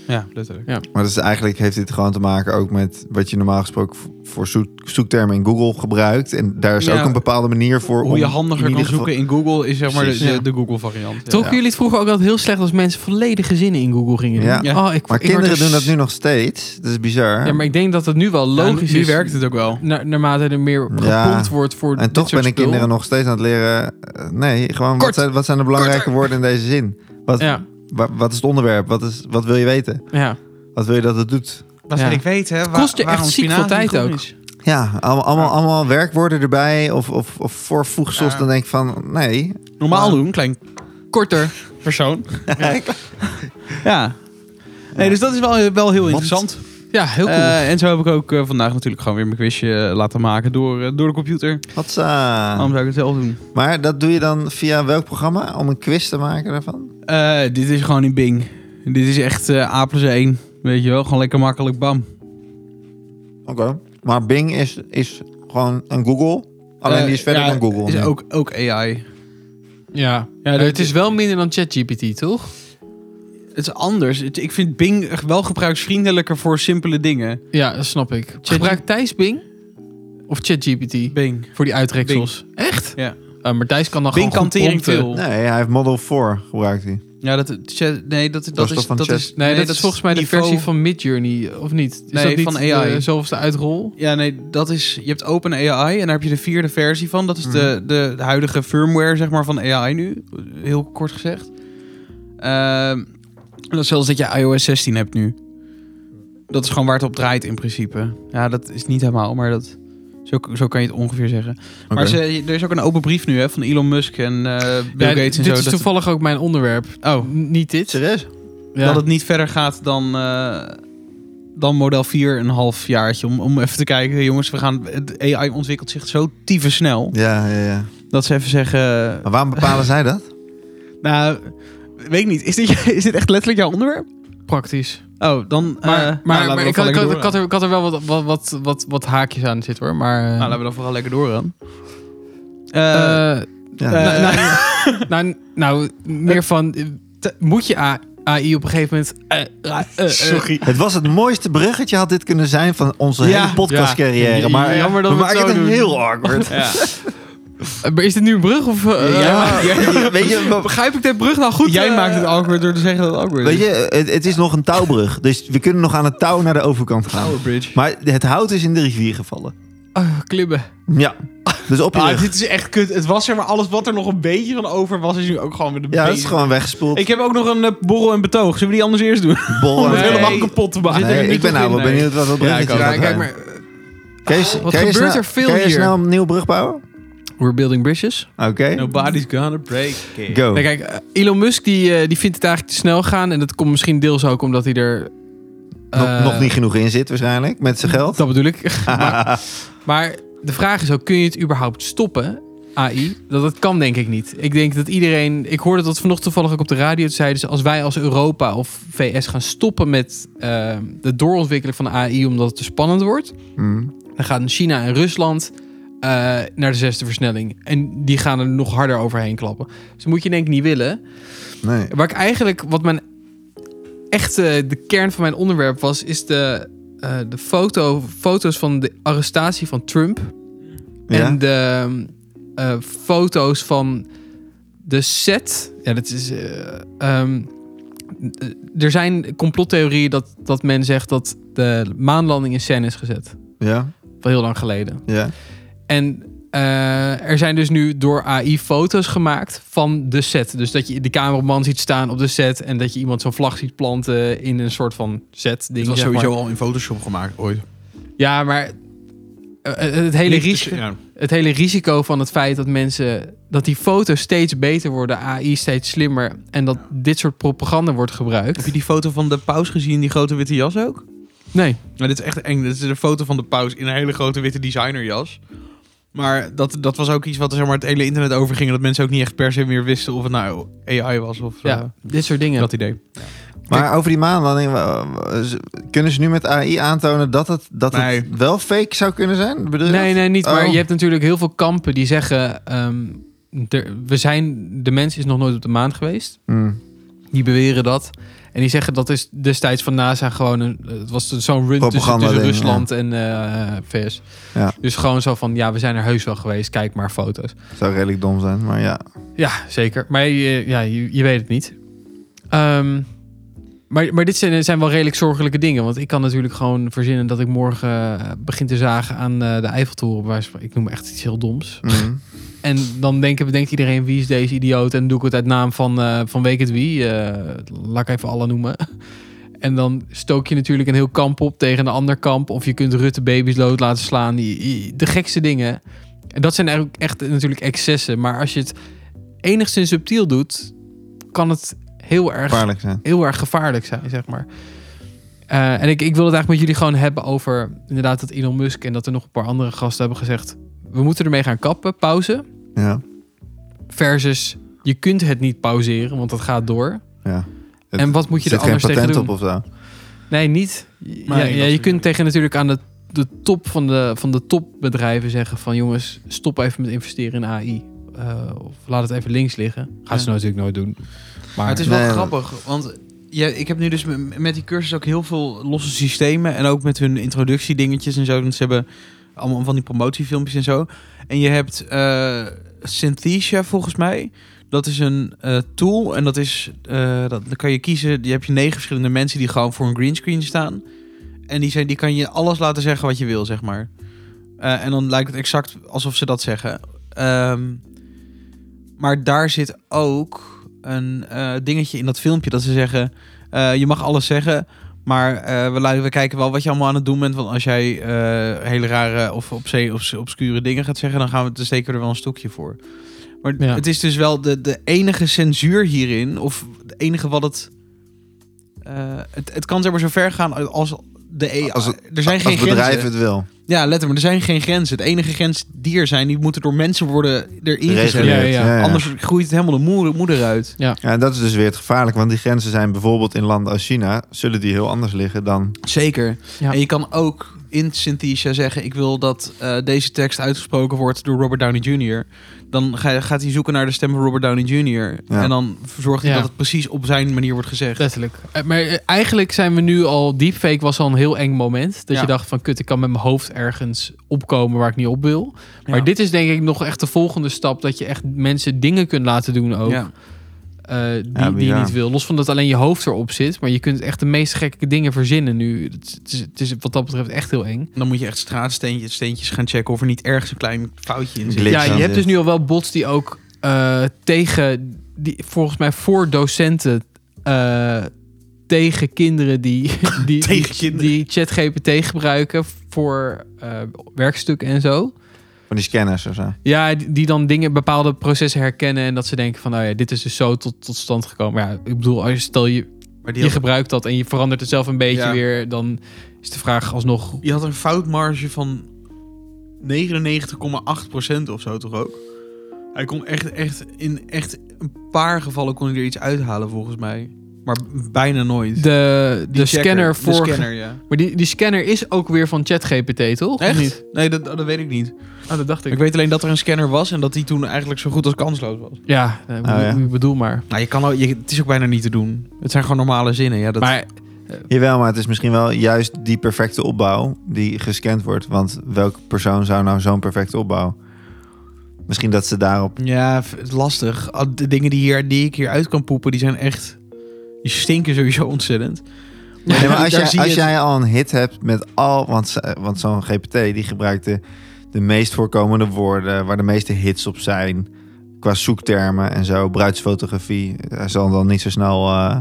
S1: Ja, letterlijk.
S3: Maar dat is eigenlijk heeft dit gewoon te maken ook met wat je normaal gesproken v- voor zoek- zoektermen in Google gebruikt. En daar is
S1: Ja.
S3: ook een bepaalde manier voor.
S1: Hoe
S3: om
S1: je
S3: in
S1: handiger
S3: ieder
S1: kan
S3: geval-
S1: zoeken in Google is zeg maar de,
S3: Precies.
S1: de- de Google variant. Ja.
S2: Trokken jullie het vroeger ook altijd heel slecht als mensen volledige zinnen in Google gingen doen?
S3: Ja.
S1: Ja.
S2: Oh, ik,
S3: Maar
S2: ik word
S3: kinderen
S2: er
S3: doen dat
S2: s-
S3: nu nog steeds. Dat is bizar.
S2: Ja, maar ik denk dat het nu wel
S1: Ja,
S2: logisch
S1: nu
S2: is.
S1: werkt het ook wel.
S2: na- naarmate er meer
S3: Ja.
S2: gepompt wordt voor
S3: en
S2: dit
S3: toch
S2: soort
S3: ben ik
S2: spul.
S3: kinderen nog steeds aan het leren. eh, nee, gewoon wat
S2: Kort.
S3: zijn, wat zijn de belangrijke woorden in deze zin? Wat,
S2: Ja,
S3: wa- wat is het onderwerp? Wat, is, wat wil je weten?
S2: ja.
S3: Wat wil je dat het doet?
S1: Dat
S2: Ja.
S1: wil ik weten. hè, wa-
S2: kost je echt
S1: waarom
S2: ziek veel
S1: spinazie
S2: tijd
S1: groen
S2: ook.
S1: is.
S3: Ja, allemaal, allemaal, allemaal werkwoorden erbij of, of, of voorvoegsels.
S1: Ja.
S3: Dan denk ik van, nee.
S1: Normaal
S2: Ja.
S1: doen, klein
S2: Korter.
S1: persoon. Ja. Nee, dus dat is wel, wel heel interessant.
S2: Ja, heel cool.
S1: Eh, en zo heb ik ook eh, vandaag natuurlijk gewoon weer mijn quizje eh, laten maken door, eh, door de computer.
S3: Wat eh.
S1: Waarom zou ik het zelf doen?
S3: Maar dat doe je dan via welk programma? Om een quiz te maken daarvan?
S1: Eh, dit is gewoon in Bing. Dit is echt eh A plus 1. Weet je wel, gewoon lekker makkelijk, bam.
S3: Oké. Maar Bing is, is gewoon een Google. Alleen
S1: Eh,
S3: die is verder
S1: ja,
S3: dan Google.
S1: Is
S3: nu.
S1: ook, ook AI.
S2: ja.
S1: Ja,
S2: Eh,
S1: dat-
S2: het is wel minder dan ChatGPT, toch?
S1: Het is anders. Het- ik vind Bing echt wel gebruiksvriendelijker voor simpele dingen.
S2: Ja, dat snap ik. Gebruikt Thijs Bing? Of ChatGPT?
S1: Bing.
S2: Voor die uittreksels. Echt?
S1: Ja.
S2: Eh, maar Thijs kan dan
S1: Bing
S2: gewoon
S1: kan
S2: goed
S1: tering
S2: prompten.
S1: veel.
S3: Nee, hij heeft Model 4 gebruikt hij.
S1: Ja, dat, chat- nee, dat, dat,
S3: Dat is
S1: is...
S3: toch van
S1: dat
S3: chat?
S1: is
S2: Nee, dat, is volgens mij de
S1: niveau-
S2: versie van Midjourney, of niet? Is
S1: Nee,
S2: dat niet eh,
S1: van AI.
S2: De zoveelste uitrol?
S1: Ja, nee, dat is... Je hebt Open AI en daar heb je de vierde versie van. Dat is de,
S2: Mhm.
S1: de, de huidige firmware, zeg maar, van AI nu. Heel kort gezegd. Ehm, dat is zelfs dat je iOS 16 hebt nu. Dat is gewoon waar het op draait in principe. Ja, dat is niet helemaal, maar dat... Zo, zo kan je het ongeveer zeggen. Maar
S3: Oké.
S1: ze, er is ook een open brief nu hè, van Elon Musk en eh, Bill
S2: Ja,
S1: Gates en zo.
S2: dit is
S1: dat-
S2: toevallig ook mijn onderwerp.
S1: Oh,
S2: N- niet dit.
S3: Serieus?
S2: Ja.
S1: dat het niet verder gaat dan, eh, dan model 4 een half jaartje. Om, om even te kijken, jongens, we gaan, het AI ontwikkelt zich zo tyfus snel.
S3: Ja, ja, ja.
S1: Dat ze even zeggen,
S3: Maar waarom bepalen zij dat?
S1: nou, weet ik niet. Is dit, je- is dit echt letterlijk jouw onderwerp?
S2: Praktisch.
S1: Oh, dan... eh,
S2: Maar,
S1: nou, laten
S2: maar,
S1: we
S2: maar
S1: dan vooral
S2: ik, had, ik,
S1: lekker
S2: had,
S1: doorgaan.
S2: ik had er, ik had er wel wat, wat, wat, wat, wat haakjes aan zitten hoor. Maar, eh,
S1: Nou, laten we dan vooral lekker doorgaan.
S2: eh,
S1: Eh,
S3: Ja.
S1: eh,
S2: nou, nou, nou, nou, meer van... eh, te- Moet je A- AI op een gegeven moment... eh, eh, eh, eh,
S1: Sorry.
S3: het was het mooiste bruggetje had dit kunnen zijn van onze
S1: Ja.
S3: hele podcastcarrière.
S2: Ja.
S3: Maar
S2: Jammer dat
S3: we
S2: we het
S3: maken
S2: zo
S3: het een
S2: doen.
S3: heel awkward.
S1: Ja.
S2: eh, maar is dit nu een brug? Of, eh,
S3: Ja. Weet je, we-
S2: Begrijp ik dit brug nou goed?
S1: Jij
S2: eh,
S1: maakt het awkward door te zeggen dat het awkward
S3: weet
S1: is.
S3: je het, het is nog een touwbrug. Dus we kunnen nog aan het touw naar de overkant gaan.
S2: Nou,
S1: Tower Bridge.
S3: Maar het hout is in de rivier gevallen.
S2: eh, Klibben.
S3: Ja. Dus op je
S1: Ah,
S3: rug.
S1: dit is echt kut. Het was zeg maar alles wat er nog een beetje van over was, is nu ook gewoon weer de
S3: Ja, dat is
S1: benen.
S3: gewoon weggespoeld.
S1: Ik heb ook nog een eh, borrel en betoog. Zullen we die anders eerst doen?
S3: Bol
S1: Om
S3: aan
S1: het
S3: het-
S2: Nee.
S1: helemaal kapot te maken.
S3: Nee, ik ben nou wel benieuwd wat dat bruggetje
S1: ook.
S3: gaat
S2: Ja, kijk
S3: zijn.
S2: maar.
S3: Kees,
S2: Wat
S3: kan je
S2: gebeurt
S3: snel-
S2: er veel
S3: Kan je
S2: hier?
S3: snel een nieuwe brug bouwen?
S2: We're building bridges.
S3: Oké,
S1: Nobody's gonna break it.
S3: go.
S2: Nee, kijk, eh, Elon Musk die, eh, die vindt het eigenlijk te snel gaan. En dat komt misschien deels ook omdat hij er...
S3: nog,
S2: eh,
S3: nog niet genoeg in zit waarschijnlijk, met zijn geld.
S2: Dat bedoel ik. maar, maar de vraag is ook, kun je het überhaupt stoppen, AI? Dat, dat kan denk ik niet. Ik denk dat iedereen... Ik hoorde dat vanochtend toevallig ook op de radio. Het zeiden ze, als wij als Europa of VS gaan stoppen met eh, het doorontwikkelen van AI... omdat het te spannend wordt...
S3: Mm.
S2: dan gaan China en Rusland eh, naar de zesde versnelling. En die gaan er nog harder overheen klappen. Dus dat moet je denk ik niet willen.
S3: Nee.
S2: Waar ik eigenlijk, wat mijn echte, de kern van mijn onderwerp was, is de, eh, de foto, foto's van de arrestatie van Trump.
S3: Ja?
S2: En de eh, foto's van de set. Ja, dat is. eh, ehm, eh, er zijn complottheorieën dat, dat men zegt dat de maanlanding in scène is gezet.
S3: Ja?
S2: Van heel lang geleden.
S3: Ja?
S2: En eh, er zijn dus nu door AI foto's gemaakt van de set. Dus dat je de cameraman ziet staan op de set en dat je iemand zo'n vlag ziet planten in een soort van set. Ding, zeg maar.
S1: al in Photoshop gemaakt ooit.
S2: Ja, maar eh, eh, het, hele risico, het hele risico van het feit dat mensen dat die foto's steeds beter worden, AI steeds slimmer en dat dit soort propaganda wordt gebruikt.
S1: Heb je die foto van de paus gezien, die grote witte jas ook?
S2: Nee,
S1: Maar dit is echt eng. Dit is een foto van de paus in een hele grote witte designerjas. Maar dat, dat was ook iets wat er, zeg maar, het hele internet overging. Dat mensen ook niet echt per se meer wisten of het nou AI was of zo.
S2: ja, dit soort dingen.
S1: Dat idee.
S3: Maar over die maanlanding, wa- wa- eh, z- kunnen ze nu met AI aantonen dat het, dat
S1: Nee.
S3: het wel fake zou kunnen zijn? Bedoel je
S2: Nee,
S3: dat?
S2: nee, niet. Maar
S3: Oh.
S2: je hebt natuurlijk heel veel kampen die zeggen... ehm, er- we zijn, de mens is nog nooit op de maan geweest.
S3: Mm.
S2: Die beweren dat. En die zeggen dat is destijds van NASA gewoon een. Het was zo'n run tussen,
S3: Propaganda
S2: tussen
S3: ding,
S2: Rusland en eh, VS.
S3: Ja.
S2: Dus gewoon zo van ja, we zijn er heus wel geweest. Kijk maar foto's.
S3: Zou redelijk dom zijn, maar ja.
S2: Ja, zeker. Maar je, ja, je, je weet het niet. Ehm, maar, maar dit zijn, zijn wel redelijk zorgelijke dingen. Want ik kan natuurlijk gewoon verzinnen dat ik morgen eh, begin te zagen aan eh, de Eiffeltoren. bij wijze van- Ik noem echt iets heel doms.
S3: Mhm.
S2: En dan denken, denkt iedereen, wie is deze idioot? En dan doe ik het uit naam van, eh, van weet ik het wie. eh, laat ik even alle noemen. En dan stook je natuurlijk een heel kamp op tegen een ander kamp. Of je kunt Rutte baby's dood laten slaan. Die- die- De gekste dingen. En dat zijn eigenlijk echt natuurlijk excessen. Maar als je het enigszins subtiel doet, kan het heel erg
S3: Gevaarlijk zijn.
S2: heel erg gevaarlijk zijn, zeg maar. Eh, en ik, ik wil het eigenlijk met jullie gewoon hebben over inderdaad dat Elon Musk en dat er nog een paar andere gasten hebben gezegd. We moeten ermee gaan kappen, pauze.
S3: Ja,
S2: Versus je kunt het niet pauzeren, want dat gaat door.
S3: ja. Het-
S2: en wat moet je
S3: Er
S2: er
S3: zit geen
S2: anders tegen
S3: patent
S2: doen?
S3: op of zo.
S2: Nee, niet. Ja,
S1: dat is
S2: ja, je
S1: natuurlijk-
S2: kunt tegen natuurlijk aan de, de top van de, van de topbedrijven zeggen van jongens, stop even met investeren in AI. Eh, of laat het even links liggen. Gaan ze
S1: Ja.
S2: natuurlijk nooit doen. Maar
S1: Maar het is wel
S3: Nee,
S1: grappig, want ja, ik heb nu dus m- met die cursus ook heel veel losse systemen en ook met hun introductiedingetjes en zo. Want ze hebben allemaal van die promotiefilmpjes en zo. En je hebt eh Synthesia volgens mij. Dat is een eh, tool en dat is, eh, dat, dan kan je kiezen, die heb je negen verschillende mensen die gewoon voor een greenscreen staan. En die, zijn, die kan je alles laten zeggen wat je wil, zeg maar. Eh, en dan lijkt het exact alsof ze dat zeggen. Ehm, maar daar zit ook een eh, dingetje in dat filmpje dat ze zeggen: eh, je mag alles zeggen. Maar eh, we, lu- we kijken wel wat je allemaal aan het doen bent. Want als jij eh, hele rare of op zee of obscure dingen gaat zeggen, dan gaan we dan steken we er wel een stokje voor. Maar
S2: Ja.
S1: het is dus wel de, de enige censuur hierin, of de enige wat het. eh, het, het kan zeg maar zo ver gaan als de AI.
S3: Als het-
S1: er zijn
S3: Als
S1: geen
S3: het bedrijf
S1: grenzen.
S3: het wil.
S1: Ja, letter, maar er zijn geen grenzen. De enige grens die er zijn, die moeten door mensen worden erin gezet.
S3: Gereguleerd.
S2: Ja, ja.
S1: Anders groeit het helemaal de moeder, moeder uit.
S3: Ja, en dat is dus weer het gevaarlijk, want die grenzen zijn bijvoorbeeld in landen als China, zullen die heel anders liggen dan...
S1: Zeker.
S2: Ja.
S1: En je kan ook in Synthesia zeggen... ik wil dat eh, deze tekst uitgesproken wordt door Robert Downey Jr. Dan ga, je- gaat hij zoeken naar de stem van Robert Downey Jr.
S3: Ja.
S1: En dan zorgt hij
S2: Ja.
S1: dat het precies op zijn manier wordt gezegd.
S2: Letterlijk. Eh, Maar eh, eigenlijk zijn we nu al... Deepfake was al een heel eng moment. Dat
S1: Ja.
S2: je dacht van... Kut, ik kan met mijn hoofd ergens opkomen waar ik niet op wil. Maar
S1: Ja.
S2: dit is denk ik nog echt de volgende stap. Dat je echt mensen dingen kunt laten doen ook.
S1: Ja.
S2: eh, die,
S3: maar
S2: die je
S3: ja.
S2: niet wil. Los van dat alleen je hoofd erop zit. Maar je kunt echt de meest gekke dingen verzinnen nu. Het is, het is- het is wat dat betreft echt heel eng.
S1: Dan moet je echt straatsteentjes steentjes gaan checken... of er niet ergens een klein foutje in zit.
S3: Glitch
S2: Ja,
S3: aan
S2: je hebt
S3: zit.
S2: dus nu al wel bots die ook eh, tegen, die, volgens mij voor docenten, eh, tegen kinderen die, die,
S1: Tegen
S2: die,
S1: kinderen.
S2: die ChatGPT gebruiken voor eh, werkstukken en zo.
S3: Van die scanners of zo.
S2: Ja, die die dan dingen, bepaalde processen herkennen en dat ze denken van, nou ja, dit is dus zo tot, tot stand gekomen. Ja, ik bedoel, als je, stel je,
S1: Maar die
S2: je
S1: had,
S2: gebruikt dat en je verandert het zelf een beetje
S1: Ja.
S2: weer, dan is de vraag alsnog
S1: die had een foutmarge van 99,8% of zo toch ook? Hij kon echt, echt... In echt een paar gevallen kon hij er iets uithalen volgens mij. Maar b- bijna nooit.
S2: de,
S1: Die
S2: de
S1: checker,
S2: scanner
S1: de
S2: voor...
S1: scanner, ja.
S2: Maar die, die scanner is ook weer van ChatGPT, toch? Of
S1: Echt?
S2: niet?
S1: Nee, dat, dat weet ik niet.
S2: Ah, dat dacht
S1: Ik weet alleen dat er een scanner was en dat die toen eigenlijk zo goed als kansloos was.
S2: Ja, eh, ik
S3: Oh, ja.
S2: ik bedoel maar.
S1: Nou, je kan al, je, het is ook bijna niet te doen. Het zijn gewoon normale zinnen. Ja, dat,
S2: maar
S3: Jawel, maar het is misschien wel juist die perfecte opbouw die gescand wordt. Want welke persoon zou nou zo'n perfecte opbouw? Misschien dat ze daarop...
S1: ja v- het is lastig. Al De dingen die, hier, die ik hier uit kan poepen, die zijn echt... Die stinken sowieso ontzettend.
S2: Ja,
S3: Nee, maar als,
S1: daar
S3: jij,
S1: zie je
S3: als
S1: het.
S3: jij al een hit hebt met al... Want, ze- want zo'n GPT die gebruikt de, de meest voorkomende woorden... waar de meeste hits op zijn. Qua zoektermen en zo. Bruidsfotografie. Hij zal dan niet zo snel eh,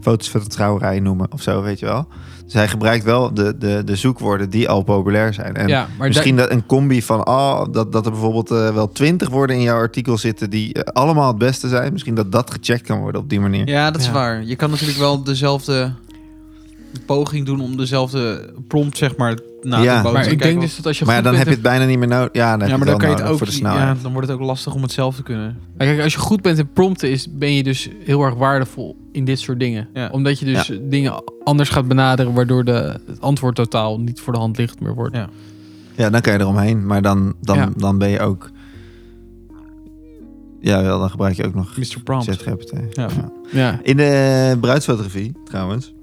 S3: foto's van de trouwerij noemen of zo, weet je wel. Dus hij gebruikt wel de, de, de zoekwoorden die al populair zijn. En
S2: ja, maar
S3: Misschien dat een combi van ah dat, dat er bijvoorbeeld eh, wel twintig woorden in jouw artikel zitten die eh, allemaal het beste zijn. Misschien dat dat gecheckt kan worden op die manier.
S1: Ja, dat is
S2: Ja.
S1: waar. Je kan natuurlijk wel dezelfde poging doen om dezelfde prompt, zeg maar, na
S3: Ja.
S1: te
S2: daar-
S1: boten.
S2: maar ik
S1: Kijken
S2: denk
S1: wat-
S2: dus dat als je
S3: maar ja,
S2: goed
S3: dan heb
S2: bent
S3: je het bijna niet meer nodig. Ja, dan heb
S1: Ja, maar dan
S3: je het
S1: kan
S3: wel
S1: je het
S3: nodig
S1: ook...
S3: voor de
S1: ja,
S3: snelheid.
S1: dan wordt het ook lastig om het zelf te kunnen.
S2: in- Nou, Kijk, als je goed bent in prompten is, ben je dus heel erg waardevol in dit soort dingen.
S1: Ja.
S2: Omdat je dus dingen anders gaat benaderen, waardoor de, het antwoord totaal niet voor de hand ligt meer wordt.
S1: Ja.
S3: Ja. dan kan je eromheen. Maar dan, dan,
S2: Ja.
S3: dan ben je ook Ja, wel, dan gebruik je ook nog
S1: Mr. Prompt.
S3: ChatGPT.
S1: Ja.
S2: Ja.
S3: In de bruidsfotografie, trouwens,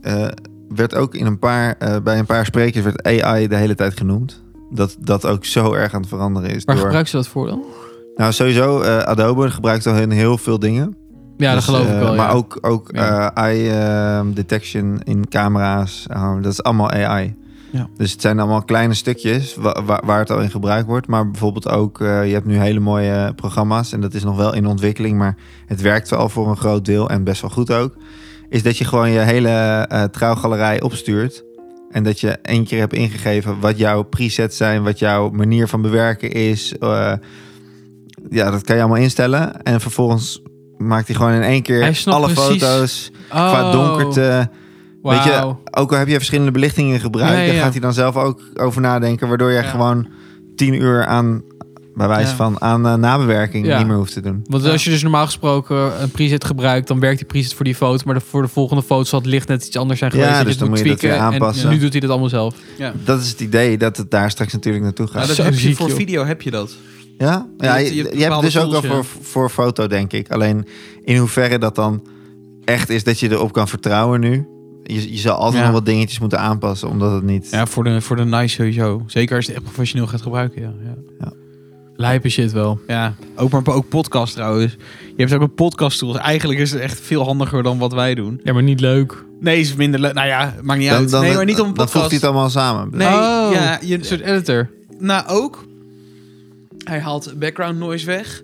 S3: eh, werd ook in een paar, eh, bij een paar sprekers werd AI de hele tijd genoemd. Dat dat ook zo erg aan het veranderen is.
S2: Waar
S3: door...
S2: gebruik ze dat voor dan?
S3: Nou, sowieso, eh, Adobe gebruikt al in heel veel dingen.
S2: Ja,
S3: Dus,
S2: dat geloof
S3: eh,
S2: ik wel.
S3: Maar
S2: ja.
S3: ook, ook
S2: Ja.
S3: eh, eye eh, detection in camera's, eh, dat is allemaal AI.
S1: Ja.
S3: Dus het zijn allemaal kleine stukjes wa- wa- waar het al in gebruikt wordt. Maar bijvoorbeeld ook, eh, je hebt nu hele mooie programma's en dat is nog wel in ontwikkeling, maar het werkt wel voor een groot deel en best wel goed ook. Is dat je gewoon je hele eh, trouwgalerij opstuurt. En dat je één keer hebt ingegeven wat jouw presets zijn, wat jouw manier van bewerken is. eh, ja, dat kan je allemaal instellen. En vervolgens maakt hij gewoon in één
S2: Hij
S3: keer
S2: snapt
S3: alle
S2: precies.
S3: foto's
S2: oh,
S3: qua donkerte.
S2: wauw.
S3: weet je, Ook al heb je verschillende belichtingen gebruikt,
S2: Ja, ja,
S3: daar
S2: ja.
S3: gaat hij dan zelf ook over nadenken. Waardoor je
S2: Ja.
S3: gewoon tien uur aan, bij wijze
S2: Ja.
S3: van, aan eh, nabewerking
S2: Ja.
S3: niet meer hoeft te doen.
S2: Want
S1: Ja.
S2: als je dus normaal gesproken een preset gebruikt, dan werkt die preset voor die foto. Maar de- voor de volgende foto zal het licht net iets anders zijn
S3: Ja,
S2: geweest. dat
S3: dus
S2: je het
S3: dan
S2: moet
S3: moet je dat
S2: tweaken.
S3: weer aanpassen.
S2: En nu doet hij dat allemaal zelf.
S3: Dat is het idee dat het daar straks natuurlijk naartoe
S1: Nou,
S3: gaat.
S1: dat
S2: Zo
S1: heb je
S2: ziek,
S1: voor
S2: joh.
S1: video heb je dat.
S3: Ja,
S1: Je
S3: ja
S1: hebt- je hebt
S3: je, je hebt het
S1: bepaalde
S3: dus ook wel
S1: tools, ja.
S3: voor, voor foto, denk ik. Alleen in hoeverre dat dan echt is dat je erop kan vertrouwen nu. Je, je zal altijd
S1: Ja.
S3: nog wat dingetjes moeten aanpassen, omdat het niet...
S1: Ja, voor de, voor de nice sowieso. Zeker als je het echt professioneel gaat gebruiken, ja. ja.
S2: Lijpe shit wel.
S1: Ja, ook maar ook podcast trouwens. Je hebt ook een podcast tool. Eigenlijk is het echt veel handiger dan wat wij doen.
S2: Ja, maar niet leuk.
S1: Nee, is minder leuk. Nou ja, maakt niet uit. nee, maar niet om een
S3: dan
S1: podcast.
S3: voegt hij het allemaal samen.
S1: Nee,
S2: Oh.
S1: ja, je,
S2: Een soort editor.
S1: nou ook. Hij haalt background noise weg.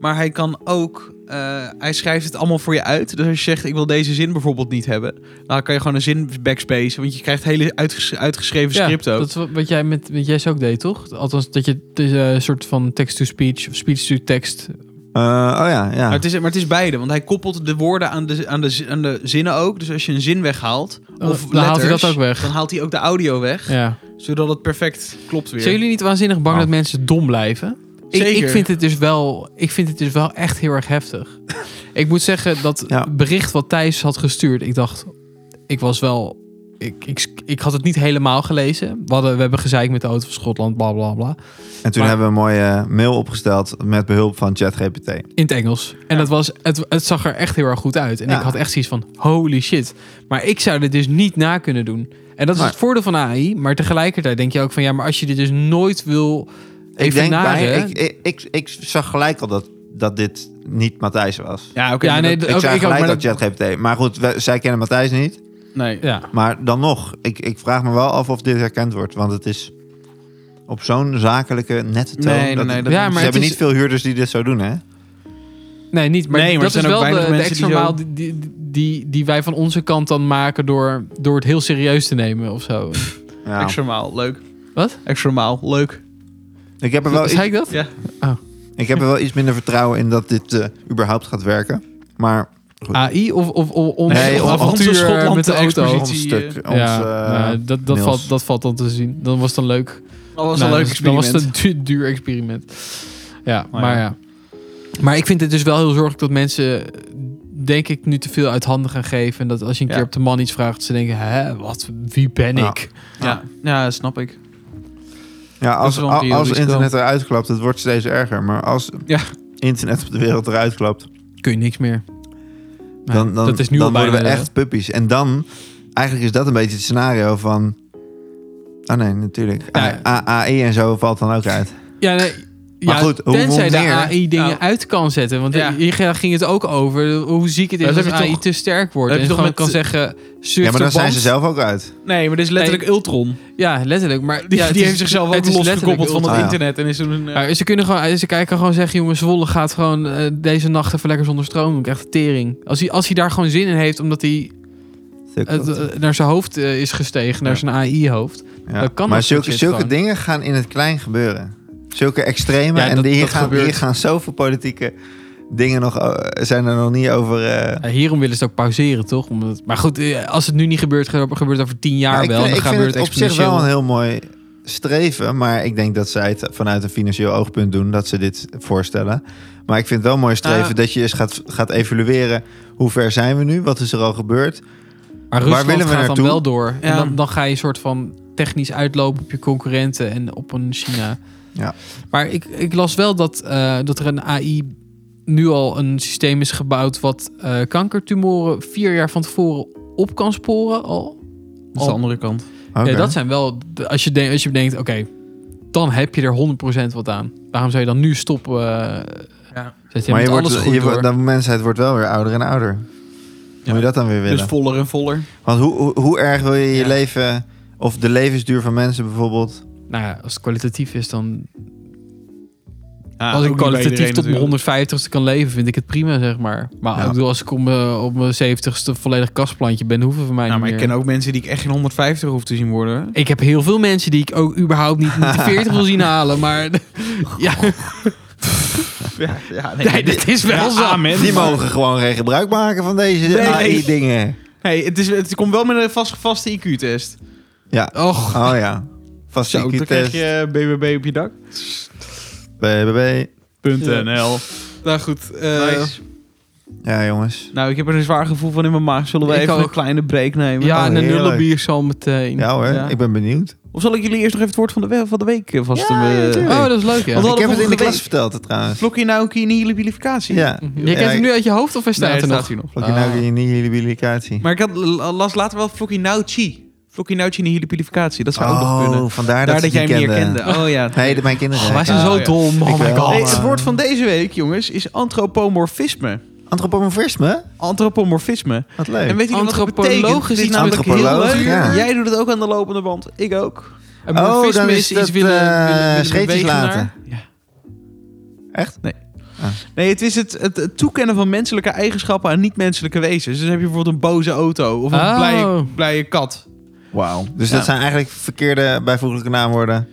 S1: Maar hij kan ook. eh, hij schrijft het allemaal voor je uit. Dus als je zegt: Ik wil deze zin bijvoorbeeld niet hebben. Dan kan je gewoon een zin backspacen. Want je krijgt hele uitges- uitgeschreven script
S2: ja,
S1: ook.
S2: Dat is wat wat jij met wat jij zo ook deed, toch? Althans, dat je het is, eh, een soort van text-to-speech of speech-to-text.
S3: Eh, oh ja, ja.
S1: Maar, het is, maar het is beide. Want hij koppelt de woorden aan de, aan de, zi- aan de zinnen ook. Dus als je een zin weghaalt. Of
S2: Oh, Dan haalt hij
S1: letters,
S2: dat ook weg.
S1: Dan haalt hij ook de audio weg.
S2: Ja.
S1: Zodat het perfect klopt weer.
S2: Zijn jullie niet waanzinnig bang
S3: Oh.
S2: dat mensen dom blijven? Ik,
S1: Zeker.
S2: ik, vind het dus wel, ik vind het dus wel echt heel erg heftig. ik moet zeggen dat
S3: Ja.
S2: bericht wat Thijs had gestuurd, ik dacht, ik was wel. Ik, ik, ik had het niet helemaal gelezen. We, hadden, we hebben gezeik met de auto van Schotland, bla bla bla.
S3: en toen
S2: maar-
S3: hebben we een mooie mail opgesteld met behulp van ChatGPT.
S2: In het Engels. En dat was, het, het zag er echt heel erg goed uit. En
S3: Ja.
S2: ik had echt zoiets van, holy shit. Maar ik zou dit dus niet na kunnen doen. En dat is
S3: Maar-
S2: het voordeel van AI. Maar tegelijkertijd denk je ook van, ja, maar als je dit dus nooit wil...
S3: Ik denk bij,
S2: evenaren-
S3: ik, ik, ik, ik zag gelijk al dat, dat dit niet Matthijs was.
S1: Ja, oké.
S2: Ja,
S1: maar
S2: nee,
S1: dat-
S2: d-
S3: Ik
S2: ook-
S3: zei
S2: ik ook,
S3: gelijk
S2: maar
S3: dat ChatGPT. Maar goed, we- zij kennen Matthijs niet.
S1: nee.
S2: Ja.
S3: Maar dan nog, ik, ik vraag me wel af of dit herkend wordt. Want het is op zo'n zakelijke nette toon.
S1: Nee, nee,
S3: dat-
S1: nee,
S3: ze
S1: dat-
S2: Ja, maar het
S3: hebben
S2: is-
S3: niet veel huurders die dit zo doen, hè?
S2: Nee, niet. Maar,
S1: Nee, maar er
S2: dat
S1: zijn
S2: is
S1: ook
S2: wel de,
S1: weinig
S2: de
S1: mensen
S2: extra
S1: die zo-
S2: maal die, die, die, die wij van onze kant dan maken door, door het heel serieus te nemen of zo.
S3: Ja.
S1: Extra maal, leuk.
S2: Wat?
S1: Extra maal, leuk.
S3: Ik, heb er wel
S2: Zei
S3: iets,
S2: ik dat?
S1: Ja.
S3: ik heb er wel iets minder vertrouwen in dat dit eh, überhaupt gaat werken. Maar
S1: Ah,
S2: AI of, of, of ons
S3: Nee,
S2: of
S3: onze
S2: avontuur
S1: Schotland
S2: met de auto?
S1: expositie.
S3: ons stuk, ons,
S2: ja,
S3: eh,
S2: nou, dat, dat,
S3: mails.
S2: valt, dat valt dan te zien. Dan was het een leuk,
S1: Dat was
S2: nou,
S1: een leuk
S2: dat- dat was
S1: experiment.
S2: het een duur, duur experiment. Ja,
S1: Maar
S2: maar
S1: ja.
S2: ja. Maar ik vind het dus wel heel zorgelijk dat mensen, denk ik, nu te veel uit handen gaan geven. En dat als je een
S1: Ja.
S2: keer op de man iets vraagt, ze denken, hè, wat, wie ben
S3: Ja.
S2: ik?
S1: ja. ja, snap ik.
S3: ja,
S1: dat is
S3: als,
S1: wel een
S3: al- als
S1: risico.
S3: internet eruit klapt, het wordt steeds erger. Maar als
S1: Ja.
S3: internet op de wereld eruit klapt,
S2: Kun je niks meer. Nee,
S3: dan, dan,
S2: dat is nu
S3: dan
S2: al bijna
S3: worden we
S2: de-
S3: echt puppies. En dan, eigenlijk is dat een beetje het scenario van... Oh nee, natuurlijk.
S2: Ja.
S3: A- A- AI en zo valt dan ook uit.
S2: Ja, nee.
S3: Maar
S2: ja,
S3: goed, hoe- hoe
S2: tenzij de
S3: meer?
S2: AI dingen
S1: Ja.
S2: uit kan zetten. Want
S1: Nou.
S2: eh,
S1: Ja.
S2: hier ga- ging het ook over hoe ziek het is
S1: Dat
S2: als
S1: heb je
S2: AI
S1: toch-
S2: te sterk wordt.
S1: dat
S2: En
S1: heb je
S2: gewoon
S1: toch
S2: kan
S1: met-
S2: zeggen...
S3: Ja,
S2: surf
S3: maar
S2: de
S3: dan zijn
S2: band.
S3: ze zelf ook uit.
S1: Nee, maar dit is letterlijk Ultron.
S2: Ja, letterlijk. Maar
S1: Die,
S2: ja, het
S1: die
S2: is-
S1: heeft zichzelf
S2: het
S1: ook
S2: is
S1: losgekoppeld
S2: letterlijk
S1: van het
S3: Ah, ja.
S1: internet. En is toen een... eh,
S2: Ja, ze kunnen gewoon, ze kijken gewoon zeggen, jongens, Zwolle gaat gewoon eh, deze nacht even lekker zonder stroom. Ik krijg de tering. Als hij, als hij daar gewoon zin in heeft, omdat hij het, eh, naar zijn hoofd eh, is gestegen, naar
S3: Ja.
S2: zijn AI-hoofd.
S3: Ja.
S2: dat kan
S3: maar
S2: dat soort
S3: zulke,
S2: shit
S3: zulke
S2: gewoon.
S3: dingen gaan in het klein gebeuren. Zulke extreme.
S2: Ja,
S3: en
S2: dat-
S3: die hier,
S2: dat
S3: gaan,
S2: gebeurt.
S3: hier gaan zoveel politieke dingen nog, eh, zijn er nog niet over. eh.
S2: Ja, hierom willen ze het ook pauzeren, toch? Omdat, het- maar goed, eh, als het nu niet gebeurt, gebeurt het over tien jaar
S3: Maar
S2: wel.
S3: ik,
S2: dan
S3: ik
S2: gaan
S3: vind
S2: we
S3: het
S2: het
S3: op zich
S2: exponentieel.
S3: wel een heel mooi streven. Maar ik denk dat zij het vanuit een financieel oogpunt doen dat ze dit voorstellen. Maar ik vind het wel een mooi streven
S1: Ah.
S3: dat je eens gaat, gaat evalueren. Hoe ver zijn we nu? Wat is er al gebeurd?
S2: Maar
S3: Waar
S2: Rusland
S3: willen we
S2: gaat
S3: naartoe?
S2: dan wel door. En
S1: Ja.
S2: dan, dan ga je soort van technisch uitlopen op je concurrenten en op een China.
S3: Ja.
S2: Maar ik, ik las wel dat, eh, dat er een AI nu al een systeem is gebouwd wat eh, kankertumoren vier jaar van tevoren op kan sporen al.
S1: Dat is de andere kant.
S3: Oké.
S2: Ja, dat zijn wel, de- als je, denkt, als je bedenkt, oké, dan heb je er 100% wat aan. Waarom zou je dan nu stoppen? ja.
S1: Ja.
S2: Zet je
S3: maar
S2: met
S3: je wordt,
S2: alles goed
S3: je
S2: door.
S3: wordt, de mensheid wordt wel weer ouder en ouder. Moet je dat dan weer willen?
S1: Dus voller en voller.
S3: Want hoe, hoe, hoe erg wil je je
S2: Ja.
S3: leven, of de levensduur van mensen bijvoorbeeld...
S2: Nou ja, als het kwalitatief is, dan...
S1: Ja,
S2: als
S1: Ah, ook
S2: ik
S1: niet bij
S2: kwalitatief
S1: iedereen
S2: tot mijn
S1: natuurlijk.
S2: 150ste kan leven, vind ik het prima, zeg maar. Maar
S3: Ja.
S2: ik bedoel, als ik om, eh, op mijn 70ste volledig kastplantje ben, hoeven van mij
S1: Nou,
S2: niet
S1: maar ik
S2: meer.
S1: ken ook mensen die ik echt geen 150 hoef te zien worden.
S2: Ik heb heel veel mensen die ik ook überhaupt niet met de 40 wil zien halen, maar ja,
S1: Ja, ja
S2: nee, dit is wel zo.
S1: amen.
S3: Die mogen gewoon geen gebruik maken van deze
S1: Nee.
S3: AI-dingen.
S1: Hey, het, is, het komt wel met een vast, vaste IQ-test.
S3: Ja,
S2: Och,
S3: oh ja. Vast
S1: Zo, dan krijg
S3: IQ-test.
S1: je eh, BBB op je dak.
S3: BBB.
S1: .nl.
S2: nou goed. eh,
S1: Nice.
S3: Ja, jongens.
S1: Nou, ik heb er een zwaar gevoel van in mijn maag. Zullen we
S2: Ik
S1: even
S2: ook.
S1: een kleine break nemen?
S2: Ja,
S3: Oh,
S2: en een
S3: heerlijk.
S2: nullenbier zo meteen.
S3: Ja hoor,
S1: Ja.
S3: ik ben benieuwd.
S1: Of zal ik jullie eerst nog even het woord van de, we- van de week eh, vast...
S3: Ja,
S1: eh,
S3: natuurlijk.
S2: Oh, dat is leuk, ja.
S1: Want
S3: Ik heb het in de
S1: vorige
S3: klas
S1: week-
S3: verteld trouwens.
S1: Vlokkie Nauki in hele bilificatie.
S3: Ja.
S2: Je kent hem nu uit je hoofd of hij staat
S1: Nee,
S2: er
S1: staat
S2: nog?
S1: hier nog.
S3: Vlok je nou
S2: Ah.
S3: in die publicatie.
S1: Maar ik had l- las later wel Vlokkie Nauchi. Vlokkie Nauchi in de hele bilificatie. Dat zou ook nog kunnen.
S3: Oh, vandaar dat,
S1: Daar
S3: ze
S1: dat jij
S3: die
S1: hem meer
S3: kenden.
S1: kende. Oh ja.
S3: Nee, dat mijn kinderen.
S2: Oh, wij zijn
S1: Ah,
S2: zo
S1: ja.
S2: dom.
S3: Ik
S2: Oh my
S3: wel.
S2: god.
S1: Hey,
S3: man.
S1: het woord van deze week, jongens, is antropomorfisme.
S3: Antropomorfisme?
S1: Antropomorfisme.
S3: Wat leuk.
S1: En weet je wat dat
S2: Antropoloog
S1: betekent?
S2: is
S1: Dit
S2: iets
S1: namelijk heel
S3: Antropoloog,
S1: leuk.
S3: ja.
S1: Jij doet het ook aan de lopende band. Ik ook.
S2: En
S3: Oh,
S2: morfisme
S3: dan is
S2: is
S3: dat,
S2: iets willen,
S3: eh,
S2: willen- willen
S3: scheetjes
S2: bewegen
S3: laten.
S2: naar-
S1: Nee, het is het, het, het toekennen van menselijke eigenschappen aan niet-menselijke wezens. Dus heb je bijvoorbeeld een boze auto of een
S2: Oh.
S1: blije, blije kat.
S3: Wauw. Dus
S1: Ja.
S3: dat zijn eigenlijk verkeerde bijvoeglijke naamwoorden.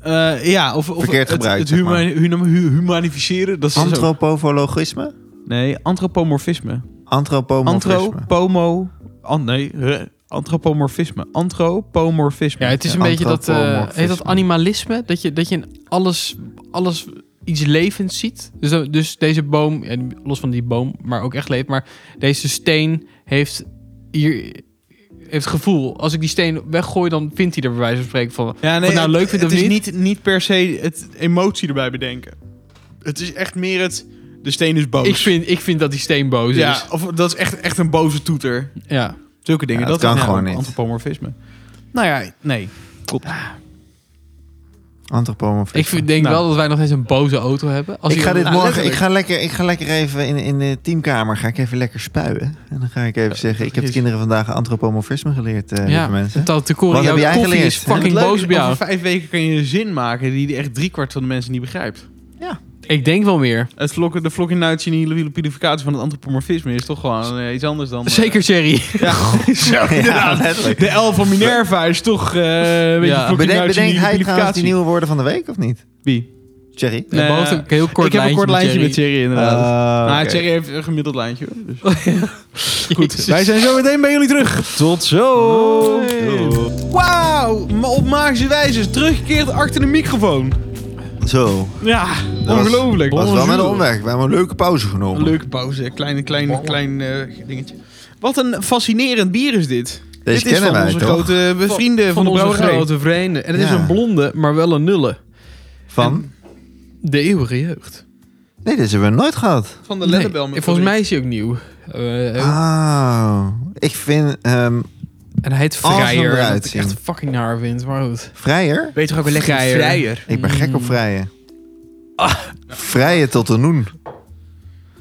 S1: Eh, ja, of, of
S3: Verkeerd
S1: het,
S3: gebruikt,
S1: het
S3: zeg
S1: huma-
S3: maar.
S1: huma- hu- humanificeren. Dat is dus ook-
S3: Antropologisme?
S1: Nee, antropomorfisme.
S3: Antropomorfisme.
S1: Antro, pomo, an- nee, huh, antropomorfisme. Antropomorfisme.
S2: Ja, het is een
S3: Ja,
S2: beetje dat, eh,
S3: antropomorfisme.
S2: heet dat animalisme. Dat je, dat je in alles, alles iets levends ziet. Dus, dat- dus deze boom, ja, los van die boom, maar ook echt leeft. Maar deze steen heeft hier heeft gevoel. Als ik die steen weggooi, dan vindt hij er bij wijze van spreken van...
S1: Ja,
S2: Of het nou
S1: het-
S2: leuk vindt
S1: het
S2: of
S1: is
S2: niet.
S1: niet. niet per se het emotie erbij bedenken. Het is echt meer het. De steen is boos.
S2: Ik vind, ik vind dat die steen boos
S1: ja,
S2: is.
S1: of dat is echt, echt een boze toeter.
S2: Ja.
S1: Zulke dingen.
S3: Ja,
S1: dat
S3: dat kan
S1: is
S3: gewoon niet.
S1: Antropomorfisme. Nou ja, nee.
S3: Antropomorfisme.
S2: Ik vind- denk
S1: Nou.
S2: wel dat wij nog eens een boze auto hebben. Als
S3: ik ga
S2: iemand-
S3: dit
S1: nou,
S3: morgen, ik
S1: letterlijk.
S3: ga, lekker, ik ga lekker even in, in de teamkamer, ga ik even lekker spuien. En dan ga ik even zeggen, ik heb de
S1: precies.
S3: kinderen vandaag antropomorfisme geleerd, eh
S2: ja,
S3: lieve mensen.
S2: Dat de koren
S3: Wat
S2: jouw
S3: heb jij
S2: koffie
S3: geleerd?
S2: is fucking
S1: En het leuke
S2: boos
S1: is,
S2: op jou.
S1: Over vijf weken kan je een zin maken die echt driekwart van de mensen niet begrijpt.
S2: Ik denk wel meer.
S1: Het vlokken, de vlokken in de hele purificatie van het antropomorfisme is toch gewoon eh, iets anders dan. eh,
S2: Zeker Jerry.
S1: Ja, zo, inderdaad.
S3: letterlijk.
S1: de elf van Minerva is toch. eh een beetje
S2: Ja.
S1: vlokken
S3: Bedenk,
S1: Nautje in
S3: bedenkt
S1: de
S3: hij trouwens die
S1: purificatie.
S3: nieuwe woorden van de week, of niet?
S1: Wie?
S3: Thierry?
S1: Nee,
S2: Nee,
S1: eh,
S2: een heel kort
S1: ik heb een kort lijntje met Thierry, inderdaad.
S3: Ah,
S1: Maar
S3: oké.
S1: Thierry heeft een gemiddeld lijntje. hoor, Dus.
S2: Thierry.
S1: Goed, wij zijn zo meteen bij jullie terug. Tot zo. Wauw, maar op magische wijze is teruggekeerd achter de microfoon.
S3: Zo,
S1: Ja,
S3: Dat was-
S1: ongelooflijk.
S3: was wel met een
S1: Ongelooflijk.
S3: omweg. We hebben een leuke pauze genomen.
S1: Een leuke pauze, klein, klein, klein eh, dingetje. Wat een fascinerend bier is dit.
S3: Deze
S1: dit is
S3: kennen
S1: van
S3: wij,
S1: onze
S3: toch?
S1: grote eh, vrienden van, de
S2: onze
S1: brouwerij.
S2: grote vreemde. En het is
S3: Ja.
S2: een blonde, maar wel een nulle.
S3: Van?
S2: De eeuwige jeugd.
S3: Nee, deze hebben we nooit gehad.
S1: Van de
S2: Nee,
S1: Lennebel.
S2: en volgens mij is hij ook nieuw. Eh,
S3: Ah, ik vind ehm
S2: en hij heet
S3: als we hem
S2: Vrijer.
S3: eruit
S2: Dat ik echt
S3: zien.
S2: fucking naar vind, maar goed.
S3: vrijer.
S1: Weet je toch ook
S2: een lekkere vrijer?
S3: Ik ben gek op
S1: Hmm.
S2: Mm.
S3: vrijen.
S1: Ah.
S3: Vrijen tot de noen.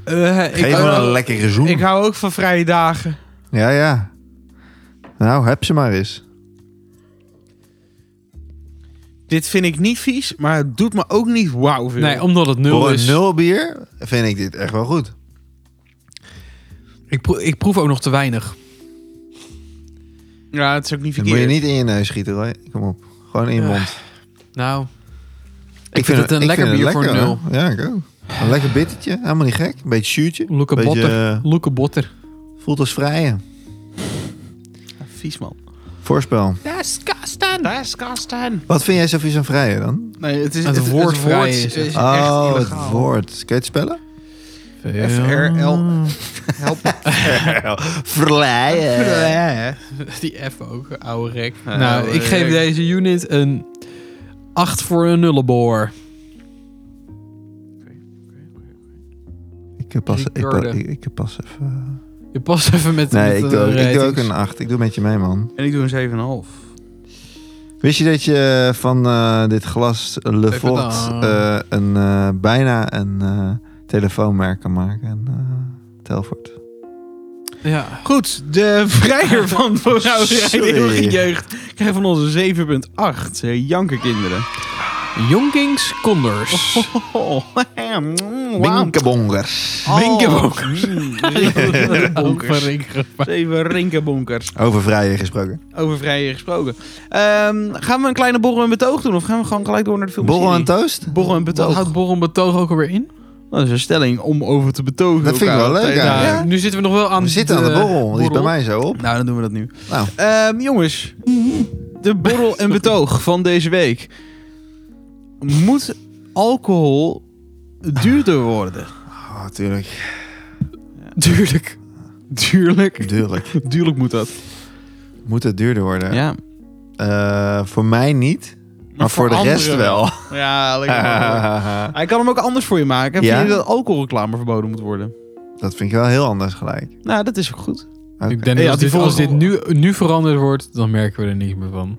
S1: Eh,
S3: Geef me een lekkere zoen.
S1: Ik hou ook van vrije dagen.
S3: Ja, ja. Nou, heb ze maar eens.
S1: Dit vind ik niet vies, maar het doet me ook niet wauw veel.
S2: Nee, omdat het nul
S3: Voor een
S2: is.
S3: nul bier vind ik dit echt wel goed.
S2: Ik, proe- ik proef ook nog te weinig.
S1: Ja, het is ook niet
S3: Dat
S1: verkeerd.
S3: moet je niet in je neus schieten, hoor. Kom op. Gewoon in je
S2: Ja.
S3: mond.
S2: Nou, vind het een
S3: ik
S2: lekker
S3: vind het
S2: bier voor
S3: lekker,
S2: nul.
S3: hoor. Ja, ik ook. Een lekker bittertje. Helemaal niet gek. Een beetje zuurtje.
S2: Loeke
S3: Beetje,
S2: botter.
S3: eh,
S2: Loeke Botter.
S3: voelt als vrijen.
S1: Ja, Vies man.
S3: Voorspel.
S1: Dat is Kasten. Dat is Kasten.
S3: Wat vind jij zo vies aan vrijen dan?
S1: Nee, het is
S2: Het
S1: het
S2: woord
S1: het
S2: vrij is
S1: is, eh,
S2: het.
S1: echt
S3: oh, het
S1: illegaal.
S3: woord. Kan je het spellen?
S1: FRL. Help.
S3: Vrijen.
S2: Die F ook, ouwe rek.
S1: Ja,
S2: nou,
S1: ouwe
S2: ik geef
S1: rek.
S2: deze unit een 8 voor een nullenboor.
S3: heb pas, ik, pa-
S2: Ricardo.
S3: ik, ik heb pas even...
S2: Je past even met
S3: Nee,
S2: met
S3: ik
S2: de
S3: doe, ook- ik doe ook
S2: ratings.
S3: een 8. Ik doe met je mee, man.
S1: En ik doe een 7,5.
S3: Wist je dat je van eh, dit glas Le
S2: Even
S3: Fort
S2: dan.
S3: eh, een, eh, bijna een eh, telefoonmerk kan maken? Een eh, Telfort.
S2: Ja.
S1: Goed, de vrijer van
S3: Sorry.
S1: vooruitrijdige jeugd krijgt van onze 7,8. Ze janken kinderen.
S2: Jonkings Condors.
S1: Oh, mm, wauw.
S3: Winkebongers.
S1: Oh,
S2: Binkebonkers.
S1: mm, zeven bonkers.
S2: Bonkers.
S1: Zeven rinkenbonkers.
S3: Over vrijen gesproken.
S1: Over vrijer gesproken. Ehm, gaan we een kleine borrel en betoog doen? Of gaan we gewoon gelijk door naar de film?
S3: Borrel en toast?
S1: Borrel en
S2: Wat
S1: betoog.
S2: houdt Borrel betoog ook alweer in?
S1: Dat is een stelling om over te betogen.
S3: Dat vind ik
S1: elkaar
S3: wel leuk,
S1: tijdens-
S3: Ja.
S2: Nou, Nu zitten we nog wel aan
S3: We zitten aan de
S2: eh,
S3: borrel. Die is bij mij zo op.
S1: Nou, dan doen we dat nu.
S3: Nou,
S1: Ehm, jongens, de borrel en betoog van deze week. Moet alcohol duurder worden?
S3: oh, tuurlijk.
S2: Tuurlijk.
S1: Duurlijk.
S3: Tuurlijk.
S1: Duurlijk moet dat.
S3: Moet het duurder worden?
S1: Ja.
S3: Eh, voor mij niet. Maar, voor, de
S1: voor
S3: rest
S1: anderen
S3: wel.
S1: Ja, lekker. Hij kan hem ook anders voor je maken.
S3: Ja?
S1: Vind je dat alcoholreclame verboden moet worden?
S3: dat vind ik wel heel anders gelijk.
S1: Nou, dat is ook goed.
S3: Oké.
S2: Ik denk
S1: Hey, had
S2: dat als
S1: die
S2: dit, als dit
S1: volgende-
S2: nu, nu veranderd wordt, dan merken we er niks meer van.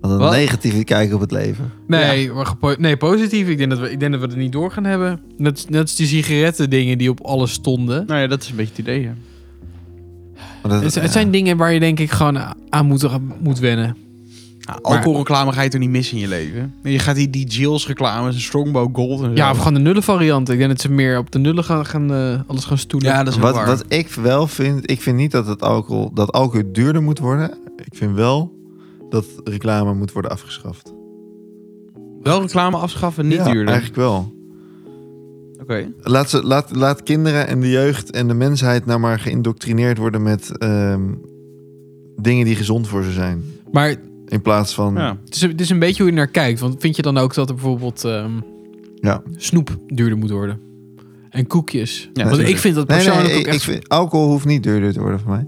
S3: Wat een
S2: Wat?
S3: negatieve kijk op het leven.
S2: Nee, maar gepo- nee positief. Ik denk, dat we, ik denk dat we er niet door gaan hebben. Net, net als die sigaretten dingen die op alles stonden.
S1: Nou ja, dat is een beetje het idee. hè.
S3: Maar dat-
S2: Het,
S3: ja.
S2: het zijn dingen waar je denk ik gewoon aan moet, moet wennen.
S1: Nou, alcoholreclame ga je toch niet missen in je leven? Nee, Je gaat die, die Jills reclames, een Strongbow Gold en zo.
S2: Ja, of gewoon de nullen variant. Ik denk dat ze meer op de nullen gaan, gaan eh, alles gaan stoelen.
S1: Ja, dat is ook
S3: Wat,
S1: waar.
S3: wat ik wel vind, ik vind niet dat, het alcohol, dat alcohol duurder moet worden. Ik vind wel dat reclame moet worden afgeschaft.
S1: Wel reclame afschaffen, niet
S3: Ja,
S1: duurder.
S3: Eigenlijk wel.
S1: Oké.
S3: Laat, ze, laat, laat kinderen en de jeugd en de mensheid nou maar geïndoctrineerd worden met ehm, dingen die gezond voor ze zijn.
S2: Maar
S3: In plaats van.
S1: Ja.
S2: Het is, het is een beetje hoe je naar kijkt. Want vind je dan ook dat er bijvoorbeeld ehm,
S3: Ja.
S2: snoep duurder moet worden? En koekjes. want
S1: tuurlijk.
S2: ik vind dat
S3: Nee, nee,
S2: persoonlijk
S3: ik,
S2: ook echt...
S3: ik vind, alcohol hoeft niet duurder te worden voor mij.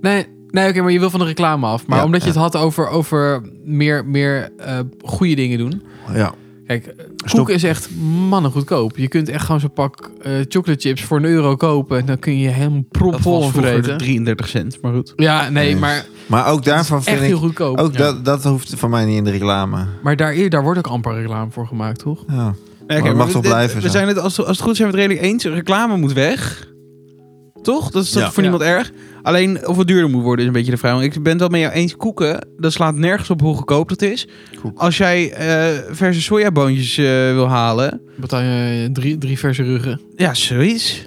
S2: Nee, nee oké, maar je wil van de reclame af. Maar
S3: Ja,
S2: omdat je
S3: ja.
S2: het had over, over meer, meer eh, goede dingen doen.
S3: Ja.
S2: Kijk, eh, koek is echt mannen goedkoop. Je kunt echt gewoon zo'n pak eh chocolate chips voor een euro kopen. En dan kun je helemaal
S1: Dat was
S2: propvol
S1: vroeger
S2: vreten.
S1: 33 cent, maar goed.
S2: Ja, nee,
S3: Nee,
S2: maar
S3: Maar ook daarvan
S2: echt
S3: vind
S2: heel
S3: ik.
S2: goedkoop.
S3: Ook
S2: Ja.
S3: dat, dat hoeft voor mij niet in de reclame.
S2: Maar daar, daar wordt ook amper reclame voor gemaakt, toch?
S3: Ja.
S1: Nee,
S3: het mag toch blijven
S1: We
S3: zo.
S1: zijn het, als, het- als het goed is, zijn we het redelijk eens. Reclame moet weg. Toch? Dat is toch
S3: Ja.
S1: voor
S2: Ja.
S1: niemand erg. Alleen of het duurder moet worden is een beetje de vraag. Want ik ben het wel met jou eens. Koeken, dat slaat nergens op hoe goedkoop dat is.
S3: Koek.
S1: Als jij eh verse sojaboontjes eh, wil halen.
S2: Betaal je eh, drie, drie verse ruggen.
S1: Ja, zoiets.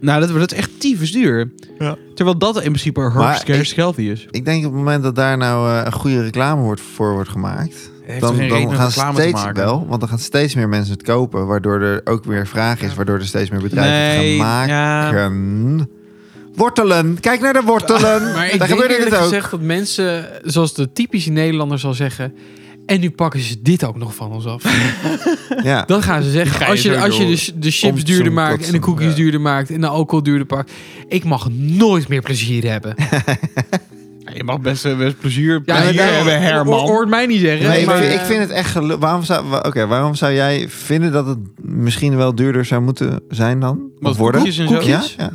S1: Nou, dat, dat is echt tyfus duur.
S3: Ja.
S1: Terwijl dat in principe
S3: Maar
S1: herfst
S3: ik-
S1: kerst healthy is.
S3: Ik denk op het moment dat daar nou eh, een goede reclame wordt, voor wordt gemaakt. dan, dan gaan steeds wel, want dan gaan steeds meer mensen het kopen, waardoor er ook meer vraag is, waardoor er steeds meer bedrijven
S1: Nee,
S3: het gaan
S1: ja.
S3: maken. Wortelen, kijk naar de wortelen.
S2: Maar ik
S3: daar
S2: denk
S3: gebeurt dit
S2: eerlijk
S3: ook.
S2: gezegd dat mensen, zoals de typische Nederlander zal zeggen... En nu pakken ze dit ook nog van ons af.
S3: Ja,
S2: Dan gaan ze zeggen,
S1: Ga je
S2: als je,
S1: zo
S2: als je
S1: door.
S2: de, de chips
S3: Om
S2: duurder
S3: zo'n
S2: maakt... en de
S3: kotsen,
S2: cookies
S1: ja.
S2: duurder maakt en de alcohol duurder pakt... ik mag nooit meer plezier hebben.
S1: Je mag best, eh, best plezier.
S2: Ja,
S1: plezier
S2: ja,
S1: hebben,
S2: hoor- Hoort mij niet zeggen.
S3: Nee, ik
S2: maar, eh,
S3: vind- ik vind het echt gelu- waarom zou, wa- oké, waarom zou jij vinden dat het misschien wel duurder zou moeten zijn dan?
S1: Wat,
S3: Of worden?
S1: koekjes en zo?
S3: Ja, ja.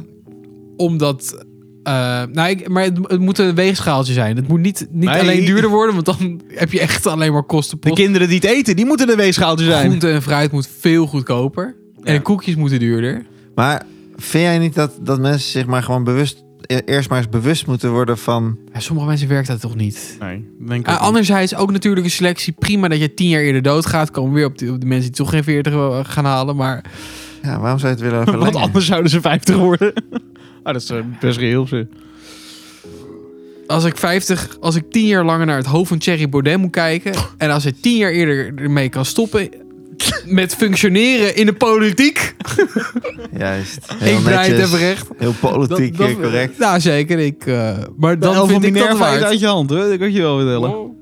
S2: Omdat... eh, nou, ik, maar het, het moet een weegschaaltje zijn. Het moet niet, niet
S1: Nee.
S2: alleen duurder worden, want dan heb je echt alleen maar
S1: De
S2: kostenpost.
S1: kinderen die het eten, die moeten de weegschaaltje zijn.
S2: Groente en fruit moet veel goedkoper. En
S1: Ja.
S2: de koekjes moeten duurder.
S3: Maar vind jij niet dat, dat mensen zich maar gewoon bewust, e- eerst maar eens bewust moeten worden van...
S2: Ja, sommige mensen werkt dat toch niet?
S1: Nee, denk ik
S2: Uh,
S1: ook niet.
S2: anderzijds ook natuurlijk een selectie. Prima dat je tien jaar eerder doodgaat. Komen we weer op, die- op de mensen die toch geen 40 wel, eh, gaan halen. Maar
S3: Ja, waarom zou je het willen verlengen?
S1: Want anders zouden ze 50 worden. ah, dat is eh, best reëel. Ze.
S2: als ik 50, als ik tien jaar langer naar het hoofd van Thierry Baudet moet kijken. En als hij tien jaar eerder ermee kan stoppen. Met functioneren in de politiek.
S3: Juist.
S2: ik draai het even recht.
S3: Heel politiek
S2: Dat- dat-
S3: eh, correct.
S2: Nou, zeker. Ik, eh, maar
S1: Dan
S2: dan
S1: van
S2: vind ik dat
S1: Minerva is
S2: waard.
S1: uit je hand, hoor. Dat kan ik je wel vertellen.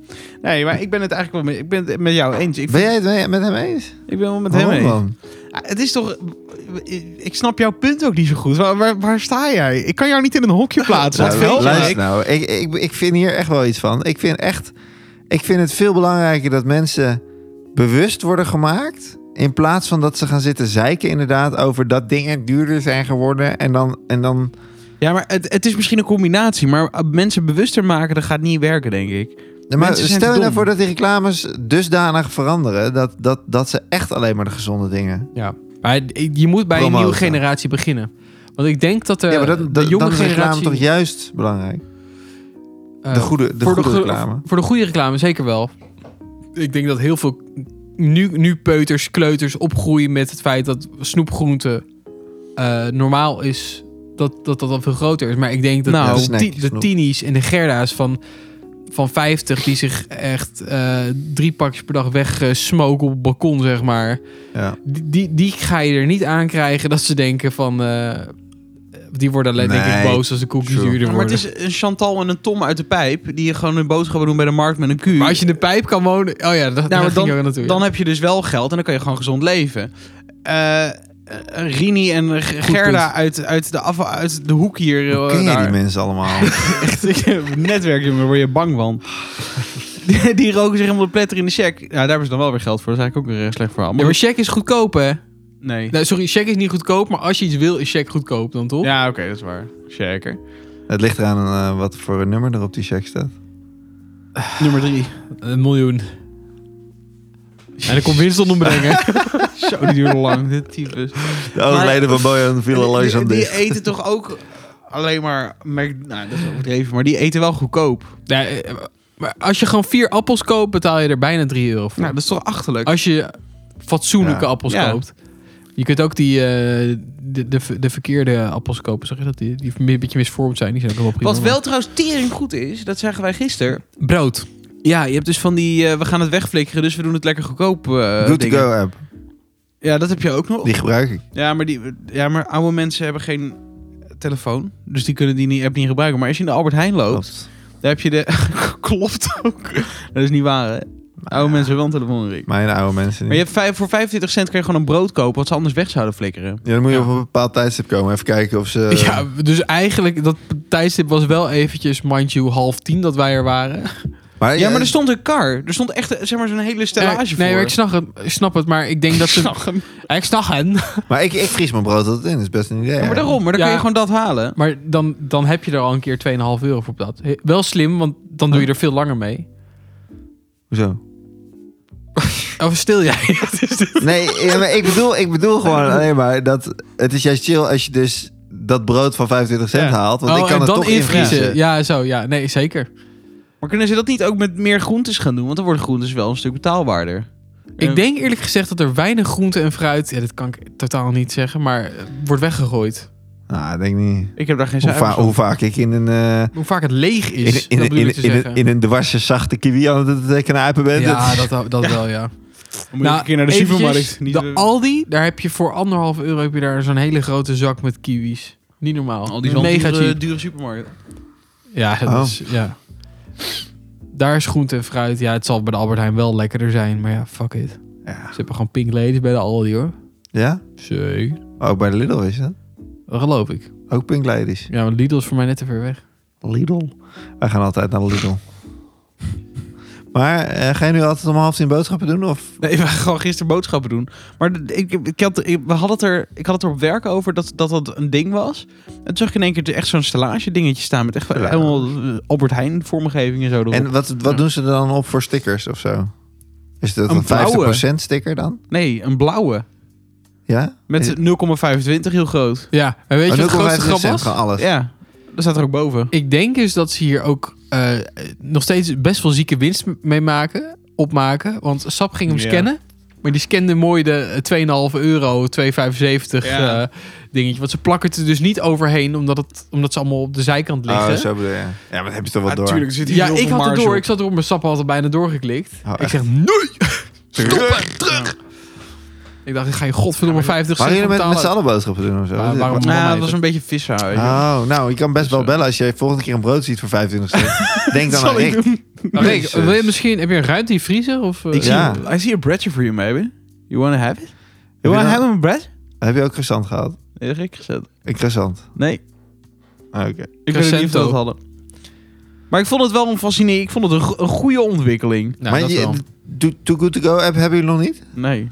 S1: Nee, maar ik ben het eigenlijk wel met, ik ben het met jou eens. Ik,
S3: Ben jij het mee- met hem eens?
S1: ik ben wel met hem
S3: Waarom
S1: eens.
S3: dan?
S1: Ah, Het is toch... Ik snap jouw punt ook niet zo goed. Waar, waar, waar sta jij? Ik kan jou niet in een hokje plaatsen.
S3: Nou,
S1: Wat vind jij?
S3: luister nou, ik, ik, ik vind hier echt wel iets van. Ik vind echt, ik vind het veel belangrijker dat mensen bewust worden gemaakt in plaats van dat ze gaan zitten zeiken inderdaad over dat dingen duurder zijn geworden en dan, en dan
S1: Ja, maar het, het is misschien een combinatie. Maar eh, mensen bewuster maken, dat gaat niet werken, denk ik.
S3: Ja, maar
S1: Mensen zijn
S3: stel je
S1: dom.
S3: nou voor dat die reclames dusdanig veranderen dat, dat, dat ze echt alleen maar de gezonde dingen.
S2: Ja. Maar je moet bij een
S3: Promoten.
S2: nieuwe generatie beginnen. Want ik denk dat de,
S3: ja, maar dat, dat,
S2: Eh, de jonge
S3: dan is reclame
S2: generatie...
S3: toch juist belangrijk?
S2: eh,
S3: de goede, de
S2: voor
S3: goede
S2: ge-
S3: reclame.
S2: Voor de goede reclame, zeker wel. Ik denk dat heel veel nu, nu peuters, kleuters opgroeien met het feit dat snoepgroente eh, normaal is. Dat dat, dat al veel groter is. Maar ik denk dat
S1: Nou,
S2: nou,
S3: de
S2: de,
S3: snackjes
S2: ti- de
S3: snoep.
S2: tienies en de gerda's van, van 50 die zich echt eh, drie pakjes per dag wegsmoken op het balkon, zeg maar.
S3: Ja.
S2: Die, die, die ga je er niet aan krijgen dat ze denken van... eh, die worden alleen denk ik
S3: Nee,
S2: boos als de koekjes
S3: true.
S2: duurder
S1: maar
S2: worden.
S1: het is een Chantal en een Tom uit de pijp... die gewoon hun boodschappen doen bij de markt met een kuur.
S2: Maar als je in de pijp kan wonen... Oh ja, dat,
S1: Nou,
S2: daar
S1: maar
S2: ging
S1: dan-
S2: ik ook naartoe. ja.
S1: Dan heb je dus wel geld en dan kan je gewoon gezond leven. Eh, eh, Rini en G- Gerda
S2: punt.
S1: uit, uit, de af, uit de hoek hier. eh,
S3: Hoe ken je
S1: daar.
S3: die mensen allemaal?
S1: Echt, ik heb netwerk, jongen, word je bang van. Die, die roken zich helemaal de pletter in de check. Ja, daar hebben ze dan wel weer geld voor. Dat is eigenlijk ook weer een slecht verhaal.
S2: Ja,
S1: Maar
S2: maar check is goedkoop, hè?
S1: goed, nee.
S2: Nee, sorry, check is niet goedkoop, maar als je iets wil, is check goedkoop dan, toch?
S1: Ja, oké, dat is waar. Zeker.
S3: het ligt eraan eh, wat voor een nummer er op die check staat.
S1: Nummer drie.
S2: Een miljoen. En dan komt winst onderbrengen.
S1: Zo, die duurde lang. Dit tyfus.
S3: De oogleden van Boyan vielen
S1: Die-
S3: leus
S1: die,
S3: aan
S1: die
S3: dicht.
S1: eten toch ook alleen maar... Mac- Nou, dat is overdreven, maar die eten wel goedkoop.
S2: ja, eh, maar als je gewoon vier appels koopt, betaal je er bijna 3 euro voor.
S1: Nou, dat is toch achterlijk?
S2: als je fatsoenlijke
S3: Ja.
S2: appels
S1: Ja.
S2: koopt. Je kunt ook die, eh, de, de, ver- de verkeerde appels kopen, zeg je dat? Die, die een beetje misvormd zijn, die zijn ook wel prima.
S1: Wat wel trouwens tering goed is, dat zeggen wij gisteren.
S2: maar- Brood.
S1: Ja, je hebt dus van die... eh, we gaan het wegflikkeren, dus we doen het lekker goedkoop eh,
S3: Good to
S1: dingen.
S3: go app.
S1: Ja, dat heb je ook nog.
S3: Die gebruik ik.
S1: Ja, maar, die, ja, maar oude mensen hebben geen telefoon. Dus die kunnen die niet, app niet gebruiken. Maar als je in de Albert Heijn loopt,
S3: Klopt.
S1: daar heb je de... Klopt ook. Dat is niet waar, hè? Oude mensen hebben wel een telefoon, Rick.
S3: Mijn oude mensen.
S1: Maar
S3: niet.
S1: je hebt vijf, voor 25 cent kan je gewoon een brood kopen... wat ze anders weg zouden flikkeren.
S3: Ja, dan moet je
S2: Ja.
S3: op een bepaald tijdstip komen. Even kijken of ze...
S2: ja, dus eigenlijk, dat tijdstip was wel eventjes, mind you, half tien dat wij er waren.
S3: Maar, eh,
S1: Ja, maar er stond een kar. Er stond echt eh, zeg maar, zo'n hele stellage
S2: nee,
S1: voor.
S2: Eh, nee, maar ik snap het, ik snap het, maar ik denk dat ze...
S1: hem.
S2: Ik snap hen.
S3: maar ik, ik vries mijn brood altijd in. Dat is best een idee.
S1: Ja, maar daarom, maar dan
S2: Ja.
S1: kun je gewoon dat halen.
S2: Maar dan, dan heb je er al een keer 2,5 euro voor betaald. He- Wel slim, want dan doe je er veel langer mee.
S3: Hoezo?
S2: Of Oh, stil jij? Het is dit.
S3: Nee, ja, maar ik, bedoel, ik bedoel gewoon alleen maar dat... Het is juist chill als je dus dat brood van 25
S1: Ja.
S3: cent haalt. Want ik
S2: Oh,
S3: kan
S2: en
S3: het
S2: dan
S3: toch invriezen.
S2: Ja, zo. Ja, nee, zeker.
S1: Maar kunnen ze dat niet ook met meer groentes gaan doen? Want dan worden groentes wel een stuk betaalbaarder. Ja.
S2: Ik denk eerlijk gezegd dat er weinig groente en fruit... Ja, dat kan ik totaal niet zeggen, maar eh, wordt weggegooid.
S3: Nou, ik denk niet.
S1: Ik heb daar geen
S3: Hoe,
S1: cijfers
S3: va-
S1: van.
S3: hoe vaak ik in een... eh,
S2: Hoe vaak het leeg
S3: in,
S2: is,
S3: in,
S2: dat
S3: in,
S2: bedoel
S3: in,
S2: ik te
S3: in,
S2: zeggen.
S3: in een dwarse zachte kiwi aan het eh, knijpen ben.
S2: ja, dat, dat wel, ja.
S1: Dan moet je een keer naar Nou, de
S2: Nou, eventjes,
S1: supermarkt. Niet eh,
S2: de Aldi, daar heb je voor anderhalf euro heb je daar zo'n hele grote zak met kiwis. Niet normaal.
S1: Al die
S2: Mega cheap.
S1: dure, dure supermarkt.
S2: Ja, dat
S3: Oh.
S2: is... Ja. Daar is groente en fruit. Ja, het zal bij de Albert Heijn wel lekkerder zijn. Maar ja, fuck it.
S3: Ja.
S2: Ze hebben gewoon pink ladies bij de Aldi, hoor.
S3: Ja?
S2: Zee.
S3: Ook bij de Lidl is dat.
S2: Dat geloof ik.
S3: Ook Pink Ladies.
S2: Ja, maar Lidl is voor mij net te ver weg.
S3: Lidl. Wij gaan altijd naar de Lidl. maar eh, ga je nu altijd om half tien boodschappen doen? Of?
S1: Nee, we gaan gewoon gisteren boodschappen doen. Maar d- ik, ik, had, ik, we hadden het er, ik had het er op werk over dat, dat dat een ding was. En toen zag ik in één keer echt zo'n stellage dingetje staan. Met echt wel
S3: Ja.
S1: helemaal eh, Albert Heijn vormgeving en zo. erop.
S3: En wat, wat
S1: Ja.
S3: doen ze er dan op voor stickers of zo? Is dat
S1: Een
S3: een,
S1: blauwe.
S3: 50% sticker dan?
S1: Nee, een blauwe.
S3: Ja?
S1: Met 0,25 heel groot.
S2: Ja, maar weet je
S3: Oh,
S2: wat
S3: 0,25
S2: de grootste grap
S3: cent,
S2: was?
S3: Gewoon alles.
S1: Ja, dat staat er ook boven.
S2: Ik denk dus dat ze hier ook eh, nog steeds best wel zieke winst m- mee maken. Opmaken. Want Sap ging hem
S1: Ja.
S2: scannen. Maar die scande mooi de eh, 2,5 euro, 2,75
S1: Ja.
S2: eh, dingetje. Want ze plakken het er dus niet overheen, omdat, het, omdat ze allemaal op de zijkant liggen.
S3: Oh, zo bedoel je. Ja, maar dat heb je toch wel door.
S1: Natuurlijk, er Ah, zit hier
S2: Ja,
S1: heel
S2: ik
S1: veel
S2: had het
S1: marge
S2: door.
S1: op.
S2: Ik zat er op mijn sap had er bijna doorgeklikt.
S3: Oh,
S2: ik
S3: echt?
S2: zeg, nee!
S3: Terug.
S2: Ik dacht, ik ga je godverdomme 50 cent
S3: Waren jullie met,
S2: betalen.
S3: met z'n allen boodschappen doen of zo?
S2: Ja,
S3: Dit-
S2: waarom-
S1: Nou,
S2: Mama
S1: dat
S2: heeft
S1: was een beetje vissen. weet je.
S3: Oh, nou, je kan best wel bellen als je volgende keer een brood ziet voor 25 cent. Denk dan
S1: Zal
S3: aan
S1: ik
S3: Rick.
S2: Oh, Rick,
S3: Jezus.
S2: wil je misschien, heb je een ruimte in je vriezer? Of, eh,
S1: Ik
S3: Ja.
S1: zie, I see a bread for you, maybe. You wanna have it?
S3: je
S1: You wanna
S3: dan-
S1: have a bread?
S3: Heb je ook croissant gehad?
S1: Heb nou ik gezet.
S3: Een croissant.
S1: Nee.
S3: Ah, Oké.
S1: Ik weet niet of we dat
S2: Crescento.
S1: hadden. Maar ik vond het wel een fascinerend. Ik vond het een, go- een goede ontwikkeling.
S2: nou,
S3: maar
S2: dat
S3: je,
S2: wel.
S3: de Too Too Good To Go app hebben jullie nog niet?
S1: Nee.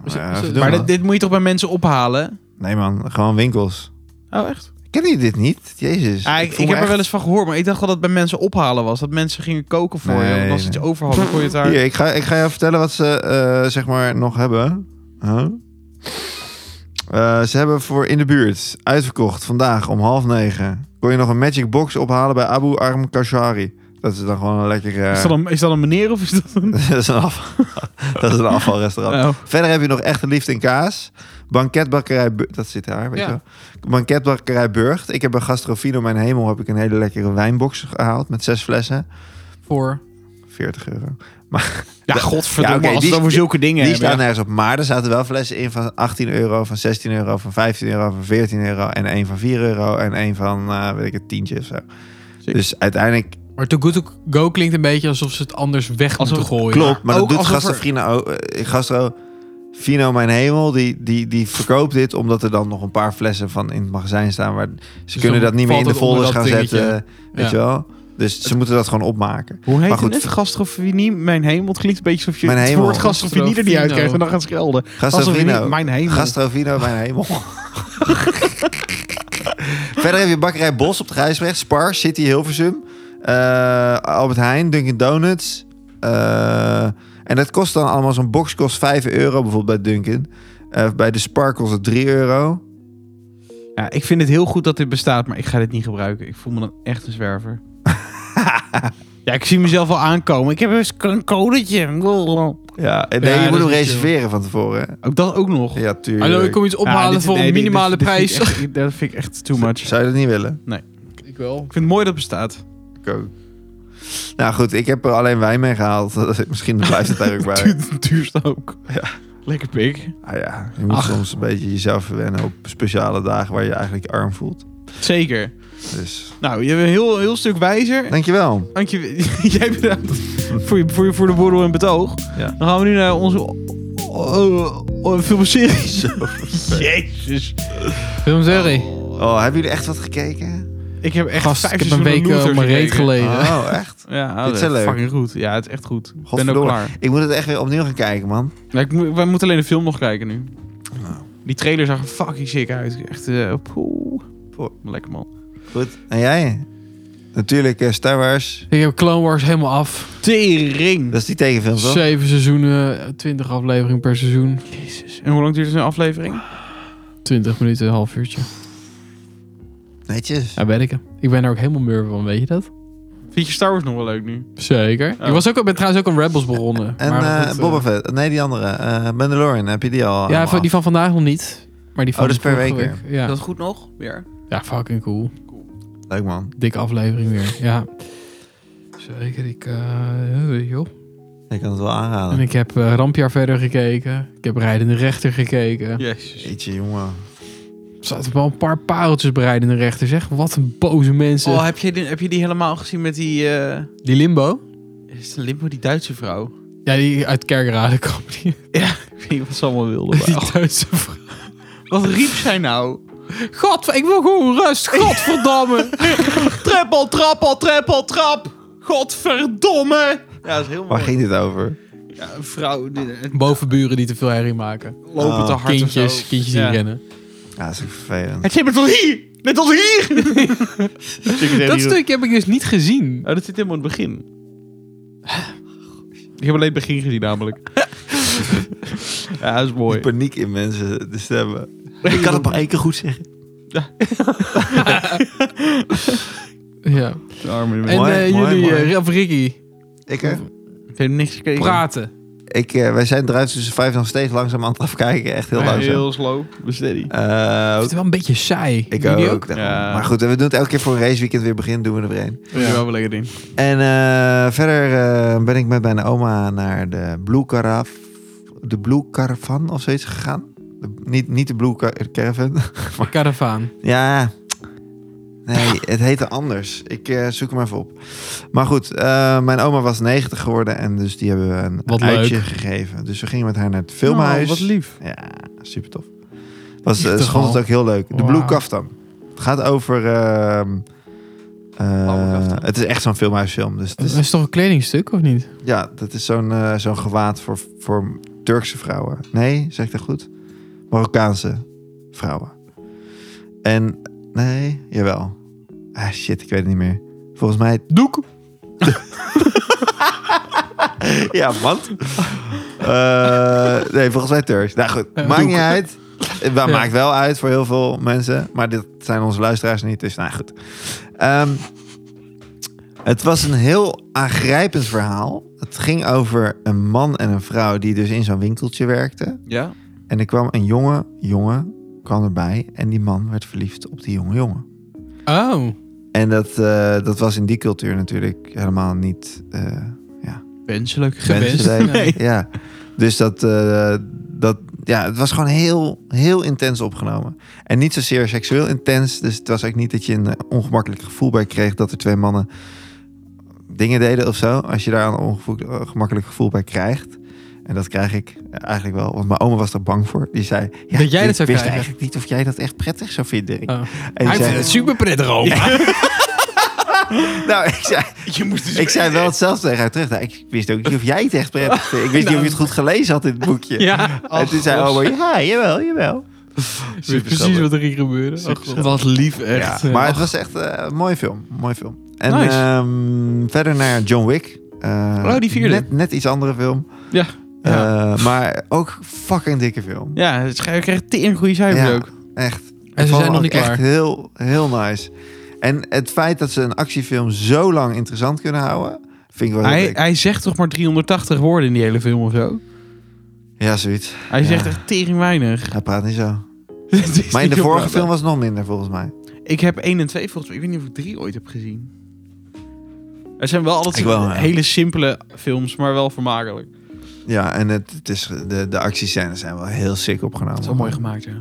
S3: Oké.
S2: Is-
S3: Ja,
S2: is-
S3: even doen,
S2: maar
S1: maar
S3: man.
S1: dit, dit moet je toch bij mensen ophalen?
S3: Nee man, gewoon winkels.
S1: Oh, echt?
S3: Ken je dit niet? Jezus.
S1: Ah, ik
S3: voel
S1: ik
S3: me
S1: heb er
S3: echt-
S1: wel eens van gehoord, maar ik dacht wel dat het bij mensen ophalen was. Dat mensen gingen koken voor je.
S3: Nee,
S1: En als ze
S3: nee.
S1: iets over hadden, kon je het daar...
S3: Hier, ik ga, ik ga jou vertellen wat ze eh, zeg maar nog hebben. Huh? Eh, ze hebben voor in de buurt uitverkocht vandaag om half negen. Kon je nog een magic box ophalen bij Abu Arm Kashari. Dat is dan gewoon een eh, lekkere...
S1: Is, dat een, is dat een meneer of is dat een...
S3: dat, is een afval, dat is een afvalrestaurant.
S1: Oh.
S3: Verder heb je nog Echte Liefde in Kaas. Banketbakkerij... Bu- Dat zit daar, weet
S2: Ja.
S3: je wel. Banketbakkerij Burgt. Ik heb bij Gastrofino Mijn Hemel heb ik een hele lekkere wijnbox gehaald met zes flessen.
S2: Voor.
S3: 40 euro.
S1: Ja, godverdomme,
S3: Ja, oké,
S1: als
S3: die-
S1: we het over zulke dingen
S3: Die
S1: hebben.
S3: staan nergens op. Maar er zaten wel flessen in van 18 euro, van 16 euro, van 15 euro, van 14 euro. En één van 4 euro en één van, eh, weet ik het, tientje of zo.
S1: Zeker.
S3: Dus uiteindelijk
S2: Maar To Good To Go klinkt een beetje alsof ze het anders weg
S1: Alsof
S2: moeten gooien.
S3: klopt. Maar
S1: ook
S3: dat doet
S1: alsof er-
S3: gastrofino ook. eh, Gastro Fino Mijn Hemel, die, die, die verkoopt dit omdat er dan nog een paar flessen van in het magazijn staan. Maar ze
S2: Dus
S3: kunnen
S2: dan
S3: dat niet meer in
S2: valt
S3: de
S2: het onder
S3: folders gaan
S2: dat dingetje.
S3: zetten. Weet
S2: Ja.
S3: je wel? Dus ze moeten dat gewoon opmaken.
S1: Hoe heet
S3: Maar goed.
S1: het? Gastrofenie? Mijn hemel. Het klinkt een beetje alsof je
S3: Mijn
S1: het
S3: hemel.
S1: woord gastrofenie er niet
S2: Gastrofino.
S1: uit krijgt en dan gaat schelden.
S3: Gastrofino.
S1: Mijn hemel.
S3: Gastrofino, mijn hemel. Verder heb je bakkerij Bos op de Grijsweg, Spar, City Hilversum, eh, Albert Heijn, Dunkin' Donuts. eh, en dat kost dan allemaal zo'n box kost 5 euro bijvoorbeeld bij Dunkin'. Eh, bij de Spar kost het 3 euro.
S1: Ja, ik vind het heel goed dat dit bestaat, maar ik ga dit niet gebruiken. Ik voel me dan echt een zwerver. ja, ik zie mezelf al aankomen. Ik heb eens een codetje.
S3: Ja, en
S2: Ja,
S3: nee, je
S2: dat
S3: moet hem
S2: is niet
S3: reserveren van tevoren.
S1: Ook dat ook nog.
S3: hè? Ja, tuurlijk.
S2: Hallo, ik kom iets
S1: Ja,
S2: ophalen
S1: dit-
S2: voor
S1: nee,
S2: een
S1: dit-
S2: minimale
S1: dit- dit vind
S2: prijs.
S1: ik echt- dat vind ik echt too much. Ik
S3: Zou je dat niet willen?
S2: Ik wel.
S1: vind het mooi dat het bestaat.
S3: Ik ook. Nou goed, ik heb er alleen wijn mee gehaald. Misschien blijft het daar ook bij.
S1: Het duurste ook.
S3: Ja.
S1: Lekker pik.
S3: Ah ja, je moet
S1: Ach.
S3: soms een beetje jezelf verwennen op speciale dagen waar je eigenlijk arm voelt.
S1: Zeker.
S3: Dus
S1: Nou, je bent een heel, heel stuk wijzer.
S3: dankjewel.
S1: Antje, jij bedankt voor, je, voor, je, voor de borrel en betoog.
S3: Ja.
S1: Dan gaan we nu naar onze oh, oh, filmseries.
S2: Oh,
S1: Jezus.
S2: Filmserie.
S3: Oh, hebben jullie echt wat gekeken?
S1: Ik heb echt
S2: Gast,
S1: vijf
S2: ik heb een week
S1: seizoenen
S2: eh, op
S1: Losers
S2: mijn reet
S1: gekeken.
S2: geleden.
S3: Oh, echt?
S1: Ja, oh,
S3: Dit is
S1: dat
S3: leuk.
S1: fucking goed. Ja, het is echt goed. Ik ben ook
S3: Godverdomme.
S1: klaar.
S3: Ik moet het echt weer opnieuw gaan kijken, man.
S1: Ja, ik, moet- wij moeten alleen de film nog kijken nu.
S2: Ah.
S1: Die trailer zag er fucking sick uit. Echt, eh, poeh.
S3: Poeh.
S1: Lekker man.
S3: Goed. En jij? Natuurlijk eh, Star Wars.
S2: Ik heb Clone Wars helemaal af.
S1: Tering.
S3: Dat is die tekenfilm, toch?
S2: Zeven seizoenen, 20 afleveringen per seizoen.
S1: Jezus. En hoe lang duurt een aflevering?
S2: 20 minuten, een half uurtje.
S3: Netjes.
S2: Daar ben ik. hem. Ik ben er ook helemaal mur van, weet je dat?
S1: Vind je Star Wars nog wel leuk nu?
S2: Zeker.
S1: Oh.
S2: Ik was ook, ben trouwens ook een Rebels begonnen.
S3: En
S2: maar
S3: eh,
S2: goed, eh,
S3: Boba Fett. Nee, die andere. Eh, Mandalorian, heb je die al? Oh,
S2: Ja,
S3: allemaal
S2: van- die van vandaag nog niet. Maar die van
S3: Oh, dat is per
S2: vorige
S3: week
S2: Ja.
S1: Dat goed nog? Weer.
S2: ja, fucking cool.
S3: af? Leuk, man.
S2: Dikke aflevering weer. Ja. Zeker. Ik, eh, joh.
S3: Ik kan het wel
S2: En
S3: aanraden.
S2: ik heb eh, Rampjaar verder gekeken. Ik heb Rijdende Rechter gekeken.
S1: Jezus.
S3: Jeetje, jongen.
S2: Er zaten wel een paar pareltjes bij Rijdende Rechter. Zeg, wat een boze mensen.
S1: Oh, heb je, die, heb je die helemaal gezien met die... eh,
S2: Die Limbo.
S1: Is het een limbo die Duitse vrouw?
S2: Ja, die uit Kerkrade kwam. Die,
S1: Ik weet niet wat ze allemaal wilde.
S2: die Duitse vrouw.
S1: wat riep zij nou?
S2: God, ik wil gewoon rust. Godverdamme.
S1: Treppel, trappel, treppel, trap. Godverdomme. Ja, dat is heel
S3: Waar
S1: mooi.
S3: ging dit over?
S1: Ja, een vrouw die, eh,
S2: Bovenburen die te veel herrie maken.
S1: lopen
S3: Oh,
S1: te hard of
S2: Kindjes,
S1: zo.
S2: kindjes die
S1: Ja.
S2: rennen.
S3: Ja, dat is ook vervelend.
S1: Het zit me tot hier. Net tot hier.
S2: Dat stukje heb ik dus niet gezien.
S1: Oh, dat zit helemaal in het begin. Ik heb alleen het begin gezien namelijk. ja, dat is mooi.
S3: Die paniek in mensen, de stemmen. Ik kan het maar één keer goed zeggen.
S2: Ja.
S1: De arme
S2: En
S1: mensen.
S3: Mooi,
S2: eh,
S3: mooi,
S2: jullie,
S3: mooi.
S2: eh, of Ricky,
S3: Ik, hè?
S1: Ik eh, heb niks gekeken.
S2: praten.
S3: Ik, eh, wij zijn eruit tussen vijf nog steeds langzaam aan het afkijken. Echt heel
S1: Ja,
S3: langzaam.
S1: Heel slow. We steady.
S3: Eh,
S2: Het is wel een beetje saai.
S3: ik ook.
S2: Jullie
S3: daarom.
S1: Ja.
S3: Maar goed, we doen het elke keer voor een raceweekend weer beginnen. Doen we er weer een.
S1: Dat is wel wel lekker ding.
S3: En eh, verder eh, ben ik met mijn oma naar de Blue Carav... De Blue Caravan of zoiets gegaan. De- niet, niet de Blue Car- Caravan.
S2: Caravaan.
S3: Ja. Nee, het heette anders. Ik eh, zoek hem even op. Maar goed, eh, mijn oma was 90 geworden en dus die hebben we een
S2: Wat
S3: uitje
S2: leuk.
S3: gegeven. Dus we gingen met haar naar het filmhuis.
S1: Oh, wat lief.
S3: Ja, super tof. Was,
S2: Ja,
S3: eh,
S2: toch
S3: ze vond het
S2: wel.
S3: ook heel leuk. De
S2: Wauw.
S3: Blue Kaftan. Het gaat over... ehm, eh,
S1: Blauwe kaftan.
S3: het is echt zo'n filmhuisfilm. Dus het
S2: Dat
S3: is
S2: is toch een kledingstuk, of niet?
S3: ja, dat is zo'n eh, zo'n gewaad voor, voor Turkse vrouwen. Nee, zeg ik dat goed? Marokkaanse vrouwen. En nee, jawel. Ah shit, ik weet het niet meer. Volgens mij
S2: Doek.
S3: Ja, want? Eh, nee, volgens mij Turks. Nou goed,
S2: Ja,
S3: maakt
S2: doe
S3: niet
S2: ik.
S3: uit. Het wa-
S2: Ja.
S3: maakt wel uit voor heel veel mensen. Maar dit zijn onze luisteraars niet, dus nou goed. Ehm, het was een heel aangrijpend verhaal. Het ging over een man en een vrouw die dus in zo'n winkeltje werkten.
S1: Ja?
S3: En er kwam een jonge jongen kwam erbij. En die man werd verliefd op die jonge jongen.
S2: Oh.
S3: En dat, eh, dat was in die cultuur natuurlijk helemaal niet... eh,
S1: Wenselijk.
S2: Gewenst.
S3: Mensen zijn-
S2: Nee.
S3: Ja. Dus dat, eh, dat, ja, het was gewoon heel, heel intens opgenomen. En niet zozeer seksueel intens. Dus het was ook niet dat je een ongemakkelijk gevoel bij kreeg dat er twee mannen dingen deden of zo. Als je daar een ongevo- ongemakkelijk gevoel bij krijgt. En dat krijg ik eigenlijk wel. Want mijn oma was er bang voor. Die zei: ja,
S2: Dat jij
S3: ik
S2: dat zou
S3: wist
S2: krijgen?
S3: eigenlijk niet of jij dat echt prettig zou vinden.
S2: Oh.
S3: En ik
S2: Hij vindt
S3: zei,
S2: het super prettig, oma.
S3: nou, ik zei,
S1: Je moet dus
S3: ik zei wel hetzelfde tegen haar terug. Nou, ik wist ook niet of jij het echt prettig vindt. Ik wist niet of je het goed gelezen had in het boekje.
S2: Ja.
S3: En toen zei oma, ja, jawel, jawel.
S2: Weet precies wat er ging gebeuren. Oh,
S3: Super
S2: Och,
S3: schattig.
S2: wat lief, echt.
S3: Ja, maar het
S2: Och.
S3: was echt eh, een mooie film. Mooie film. En
S2: Nice.
S3: ehm, verder naar John Wick. Eh,
S1: Oh, die vierde.
S3: Net, net iets andere film.
S2: Ja.
S3: Eh,
S2: Ja.
S3: maar ook fucking dikke film.
S1: Ja, het schrijf- krijgt tering goede cijfers
S3: Ja.
S1: ook.
S3: Echt.
S2: En
S3: Ik
S2: ze
S3: vond
S2: zijn nog
S3: hem
S2: niet
S3: ook
S2: klaar.
S3: Echt heel, heel nice. En het feit dat ze een actiefilm zo lang interessant kunnen houden, vind ik wel heel
S1: Hij,
S3: dik.
S1: hij zegt toch maar 380 woorden in die hele film of zo?
S3: Ja, zoiets.
S1: Hij zegt
S3: Ja.
S1: echt tering weinig.
S3: Hij praat niet zo.
S1: Het is
S3: Maar in de
S1: niet
S3: vorige
S1: op-
S3: film was het nog minder, volgens mij.
S1: Ik heb 1 en 2 volgens mij. Ik weet niet of ik 3 ooit heb gezien. Er zijn wel altijd
S3: Ik wel, ja.
S1: hele simpele films, maar wel vermakelijk.
S3: Ja, en het, het is, de, de actiescènes zijn wel heel sick opgenomen.
S1: Dat is wel mooi gemaakt, ja.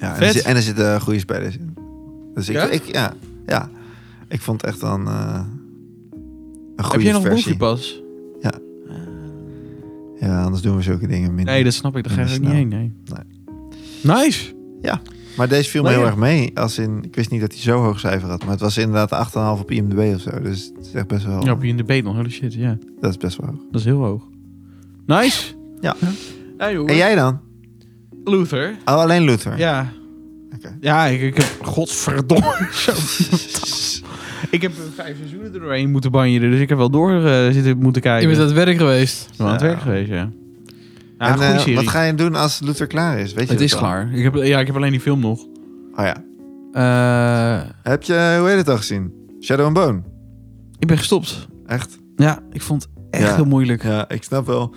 S3: Ja, en,
S1: Vet.
S3: er, zi- en er zitten goede spelers in. Dus ik,
S1: Ja?
S3: ja? Ik, ja, ja, ik vond het echt dan eh een
S1: Heb
S3: goede
S1: jij nog een
S3: versie.
S1: boekjepas?
S3: Ja. ja, anders doen we zulke dingen minder.
S1: Nee, dat snap ik. Daar ga
S3: Minder
S1: ik ook niet heen,
S3: snel.
S1: nee. Nice!
S3: Maar deze viel me
S1: Maar
S3: heel
S1: ja.
S3: erg mee. Als in, ik wist niet dat hij zo hoog cijfer had, maar het was inderdaad 8,5 op IMDb of zo. Dus het is echt best wel,
S1: Ja, op je in de beet nog. Holy shit, ja.
S3: dat is best wel hoog.
S1: Dat is heel hoog. Nice!
S3: Ja.
S1: Hey,
S3: En jij dan?
S1: Luther.
S3: Oh, alleen Luther.
S1: Ja.
S3: Oké.
S1: Ja, ik, ik heb... Godverdomme. Zo. ik heb eh, vijf seizoenen er doorheen moeten banjeren. Dus ik heb wel door eh, zitten moeten
S2: Je
S1: kijken.
S2: bent aan het werk geweest.
S1: wel aan het
S3: Ja.
S1: werk geweest, ja. Ja,
S3: en
S1: goede
S3: eh,
S1: nou, serie.
S3: wat ga je doen als Luther klaar is? Weet je
S2: Het
S3: dat
S2: is
S3: al?
S2: klaar.
S1: Ik heb, ja, ik heb alleen die film nog.
S3: Oh ja.
S2: Eh,
S3: Heb je, hoe heet het al gezien? Shadow and Bone.
S1: Ik ben gestopt.
S3: Echt?
S1: Ja, ik vond het echt
S3: Ja.
S1: heel moeilijk.
S3: Ja, ik snap wel.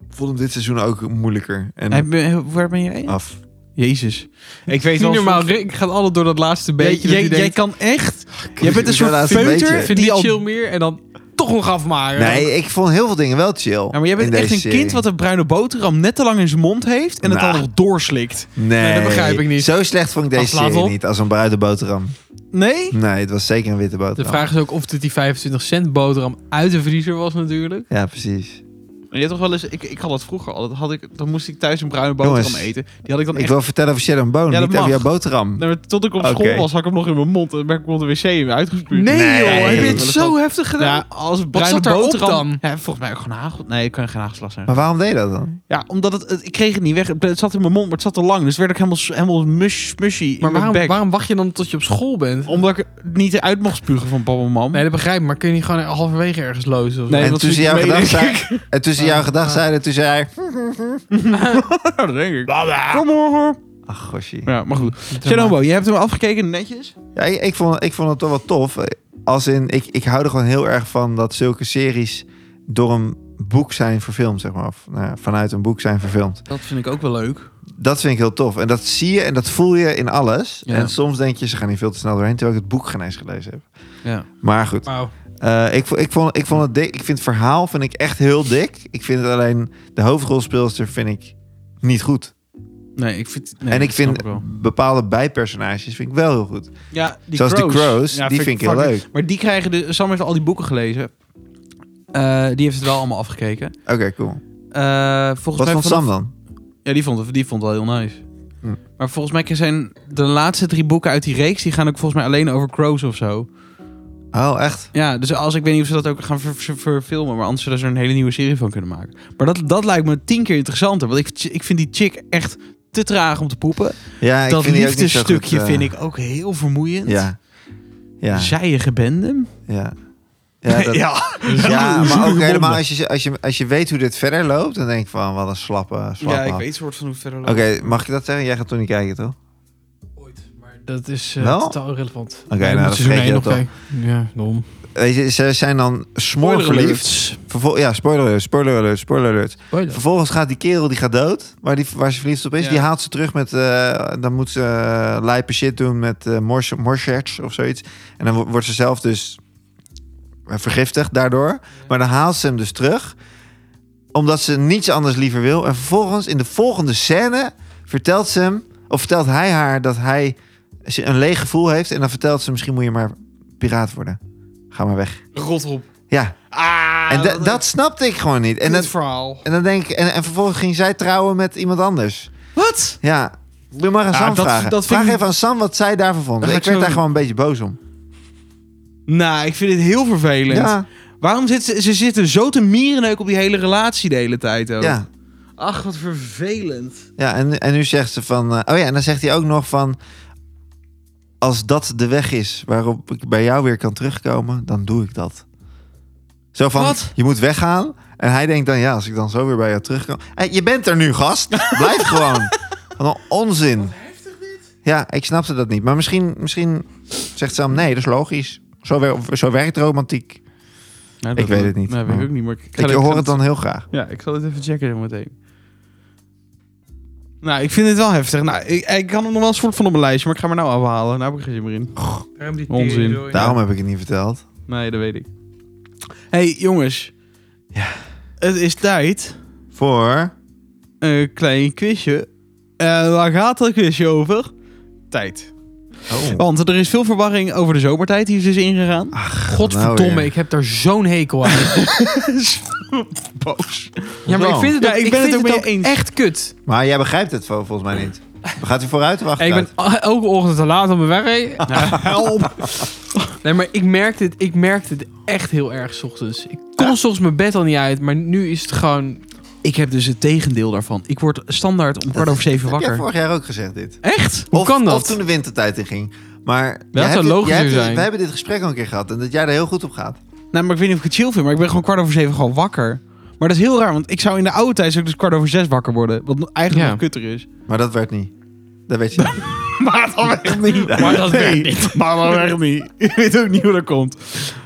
S3: Ik vond hem dit seizoen ook moeilijker. En
S1: Heb je- waar ben je heen?
S3: af.
S1: Jezus. Ik weet
S2: niet
S1: wel...
S2: normaal. Rick gaat alle door dat laatste beetje.
S1: jij, jij,
S2: dat hij denkt,
S1: kan echt... Jij
S3: ik
S1: bent een
S3: ben
S1: soort
S3: laatst een beetje.
S1: feuter
S2: vind
S1: die
S2: niet
S1: al...
S2: chill meer en dan toch nog afmaken.
S3: Nee, ik vond heel veel dingen wel chill.
S1: Ja, maar jij bent
S3: in
S1: echt
S3: deze
S1: een
S3: serie.
S1: kind wat een bruine boterham net te lang in zijn mond heeft... en het
S3: Nou.
S1: dan nog doorslikt.
S3: Nee,
S2: dat begrijp ik niet.
S3: Zo slecht vond ik
S2: Wacht,
S3: deze
S2: laat
S3: serie
S2: op.
S3: niet. Als een bruide boterham.
S1: Nee?
S3: Nee, het was zeker een witte
S2: De
S3: boterham.
S2: vraag is ook of dit die 25 cent boterham uit de vriezer was natuurlijk.
S3: Ja, precies.
S1: Maar je hebt toch wel eens... Ik, ik had dat vroeger al. Dat had ik, dan moest ik thuis een bruine boterham
S3: Jongens,
S1: eten. Die had ik dan
S3: Ik
S1: echt...
S3: wil vertellen over Shadow and Bone,
S1: Ja, dat
S3: niet over
S1: mag.
S3: jouw boterham.
S1: Nou, maar tot ik op
S3: Oké.
S1: school was, had ik hem nog in mijn mond. En ben ik op de wc in uitgespuugd.
S3: Nee, joh,
S1: dat
S3: heb je het
S1: wel eens
S2: zo heftig
S1: gehad. Ja, als bruine
S2: zat daarop
S1: boterham...
S2: dan?
S1: Ja, volgens mij ook gewoon hagel... Nee, ik kan geen hagelslag zijn.
S3: Maar waarom deed je dat dan?
S1: Ja, omdat het, het- Ik kreeg het niet weg. Het- Het zat in mijn mond, maar het zat te lang. Dus werd ik helemaal, helemaal mush, mushy in
S2: Maar
S1: mijn
S2: waarom,
S1: bek. Oh.
S2: waarom wacht je dan tot je op school bent?
S1: Omdat ik het niet uit mocht spugen van papa en mam.
S2: Nee, dat begrijp ik, maar kun je niet gewoon halverwege ergens lozen? Of zo?
S1: Nee,
S3: en
S1: dat
S3: toen
S1: is
S3: ze jouw
S1: niet Ah. mee,
S3: gedacht
S1: denk
S3: zei- en toen ze jouw gedacht zeiden, toen zei hij...
S1: Nou, dat denk ik. Kom hoor.
S3: Ach, goshie.
S1: Ja, maar goed. Chernobo, je hebt hem afgekeken netjes?
S3: Ja, ik, ik vond, ik vond het toch wel tof. Als in, ik, ik hou er gewoon heel erg van dat zulke series door een boek zijn verfilmd, zeg maar. Of, nou ja, vanuit een boek zijn verfilmd.
S1: Dat vind ik ook wel leuk.
S3: Dat vind ik heel tof. En dat zie je en dat voel je in alles.
S1: Ja.
S3: En soms denk je, ze gaan hier veel te snel doorheen, terwijl ik het boek geen eens gelezen heb.
S1: Ja.
S3: Maar goed,
S2: Wauw.
S3: eh, ik, vo- ik, vond, ik vond het dik. Ik vind het verhaal vind ik echt heel dik. Ik vind het alleen, de hoofdrolspeelster vind ik niet goed.
S1: Nee, ik vind... nee,
S3: en ik
S1: dat snap
S3: vind
S1: wel.
S3: bepaalde bijpersonages vind ik wel heel goed.
S1: Ja, die
S3: Zoals
S1: crows.
S3: de Crows,
S1: Ja,
S3: die vind ik heel
S1: fucking-
S3: leuk.
S1: Maar die krijgen de... Sam heeft al die boeken gelezen. Eh, die heeft het wel allemaal afgekeken.
S3: Oké, cool.
S1: Eh, volgens
S3: Wat
S1: mij
S3: vond
S1: vanaf-
S3: Sam dan?
S1: Ja, die vond, die vond het wel heel nice.
S3: Hm.
S1: Maar volgens mij zijn de laatste drie boeken uit die reeks... die gaan ook volgens mij alleen over crows of zo.
S3: Oh, echt?
S1: Ja, dus als ik weet niet of ze dat ook gaan ver- ver- verfilmen, maar anders zouden ze er een hele nieuwe serie van kunnen maken. Maar dat, dat lijkt me tien keer interessanter, want ik, ik vind die chick echt te traag om te poepen.
S3: Ja, ik
S1: dat
S3: vind die ook niet zo
S1: liefdesstukje
S3: goed, eh,
S1: vind ik ook heel vermoeiend.
S3: Ja. Ja,
S1: Zijige bendem.
S3: ja. Ja, dat-
S1: ja.
S3: ja, maar ook
S1: Zoetige
S3: helemaal
S1: bonden.
S3: als je, als, je, als je weet hoe dit verder loopt, dan denk ik van wat een slappe, slappe
S1: ja, ik
S3: hap.
S1: weet soort van hoe verder
S3: Oké, mag ik dat zeggen? Jij gaat toch niet kijken, toch?
S2: Ooit. Maar dat is eh,
S3: Wel?
S2: totaal irrelevant.
S3: Oké, nou, dat vergeet je dat
S2: kijken. Ja, dom.
S3: Weet je, ze zijn dan smoorverliefd. Vervol- ja, spoiler alert, spoiler alert, spoiler alert.
S1: Oh,
S3: Vervolgens gaat die kerel, die gaat dood, waar, die, waar ze verliefd op is,
S2: Ja.
S3: die haalt ze terug met, eh, dan moet ze eh, lijpe shit doen met eh mors- morserts of zoiets. En dan wo- wordt ze zelf dus vergiftigd daardoor. Maar dan haalt ze hem dus terug, omdat ze niets anders liever wil. En vervolgens in de volgende scène vertelt ze hem, of vertelt hij haar dat hij een leeg gevoel heeft. En dan vertelt ze, misschien moet je maar piraat worden. Ga maar weg.
S1: Rot op.
S3: Ja,
S1: Ah,
S3: en da- dat snapte ik gewoon niet. En
S1: en
S3: dat,
S1: dat verhaal.
S3: en dan denk ik, en, en vervolgens ging zij trouwen met iemand anders.
S1: Wat?
S3: Ja, moet je maar aan
S1: Ja,
S3: Sam
S1: dat-
S3: vragen.
S1: dat vind
S3: Vraag
S1: ik-
S3: even aan Sam wat zij daarvan vond.
S1: Dan
S3: Ik
S1: ga
S3: werd
S1: ik zo-
S3: daar gewoon een beetje boos om.
S1: Nou, ik vind dit heel vervelend.
S3: Ja,
S1: Waarom zitten ze, ze zitten zo te mierenneuk op die hele relatie de hele tijd ook?
S3: ja,
S1: Ach, wat vervelend.
S3: ja. En, en nu zegt ze van... eh, oh ja, en dan zegt hij ook nog van... Als dat de weg is waarop ik bij jou weer kan terugkomen, dan doe ik dat. Zo van,
S1: Wat?
S3: je moet weggaan. En hij denkt dan, ja, als ik dan zo weer bij jou terugkom... Hé, je bent er nu, gast. Blijf gewoon. Wat een onzin. Ja, ik snapte dat niet. Maar misschien, misschien zegt Sam, nee, dat is logisch. Zo, wer- zo werkt romantiek.
S1: dat
S3: Ik weet het niet.
S1: Nee, weet ik ook niet, maar ik, ga-
S3: Ik
S1: ik ga
S3: hoor het dan heel graag.
S1: Ja, ik zal het even checken zo meteen. Nou, ik vind het wel heftig. Nou, ik, ik kan hem nog wel een soort van op mijn lijstje, maar ik ga hem er nou afhalen. Nou heb ik er geen zin meer in. Onzin.
S3: Daarom heb ik het niet verteld.
S1: Nee, dat weet ik. hey, jongens.
S3: Ja.
S1: Het is tijd.
S3: Voor...
S1: Een klein quizje. Eh, waar gaat dat quizje over? Tijd. Want er is veel verwarring over de zomertijd die is dus ingegaan.
S2: Godverdomme,
S3: Nou weer.
S2: ik heb daar zo'n hekel aan.
S1: Boos.
S2: ja, maar ik
S3: Nou.
S2: vind het
S1: Ja,
S2: ook,
S1: ik
S2: ik
S1: ben het
S2: vind
S1: ook
S2: het
S1: mee eens.
S2: ook echt kut.
S3: Maar jij begrijpt het vol- volgens mij niet. Gaat u vooruit of
S2: ik
S3: achteruit?
S2: ben elke ochtend te laat op mijn werk.
S1: Help.
S2: Nee, maar ik merkte het, ik merkte het echt heel erg 's ochtends. Ik kon soms mijn bed al niet uit, maar nu is het gewoon...
S1: Ik heb dus het tegendeel daarvan. Ik word standaard om kwart over zeven
S3: Heb jij
S1: wakker.
S3: vorig jaar ook gezegd dit?
S1: Echt?
S2: Hoe
S3: of,
S2: kan dat?
S3: Of toen de wintertijd inging. Maar jij
S2: zou
S3: hebt dit-
S2: logischer
S3: jij hebt dit-
S2: zijn.
S3: We hebben dit gesprek al een keer gehad. En dat jij er heel goed op gaat.
S1: Nou, maar ik weet niet of ik het chill vind, maar ik ben gewoon kwart over zeven gewoon wakker. Maar dat is heel raar, want ik zou in de oude tijd zou ik dus kwart over zes wakker worden. Wat eigenlijk
S2: Ja.
S1: nog kutter is.
S3: Maar dat werd niet. Dat weet je niet.
S1: Maar dat werkt niet.
S2: Maar dat werkt
S1: niet. Maar dat werkt niet. Ik weet ook niet hoe dat komt.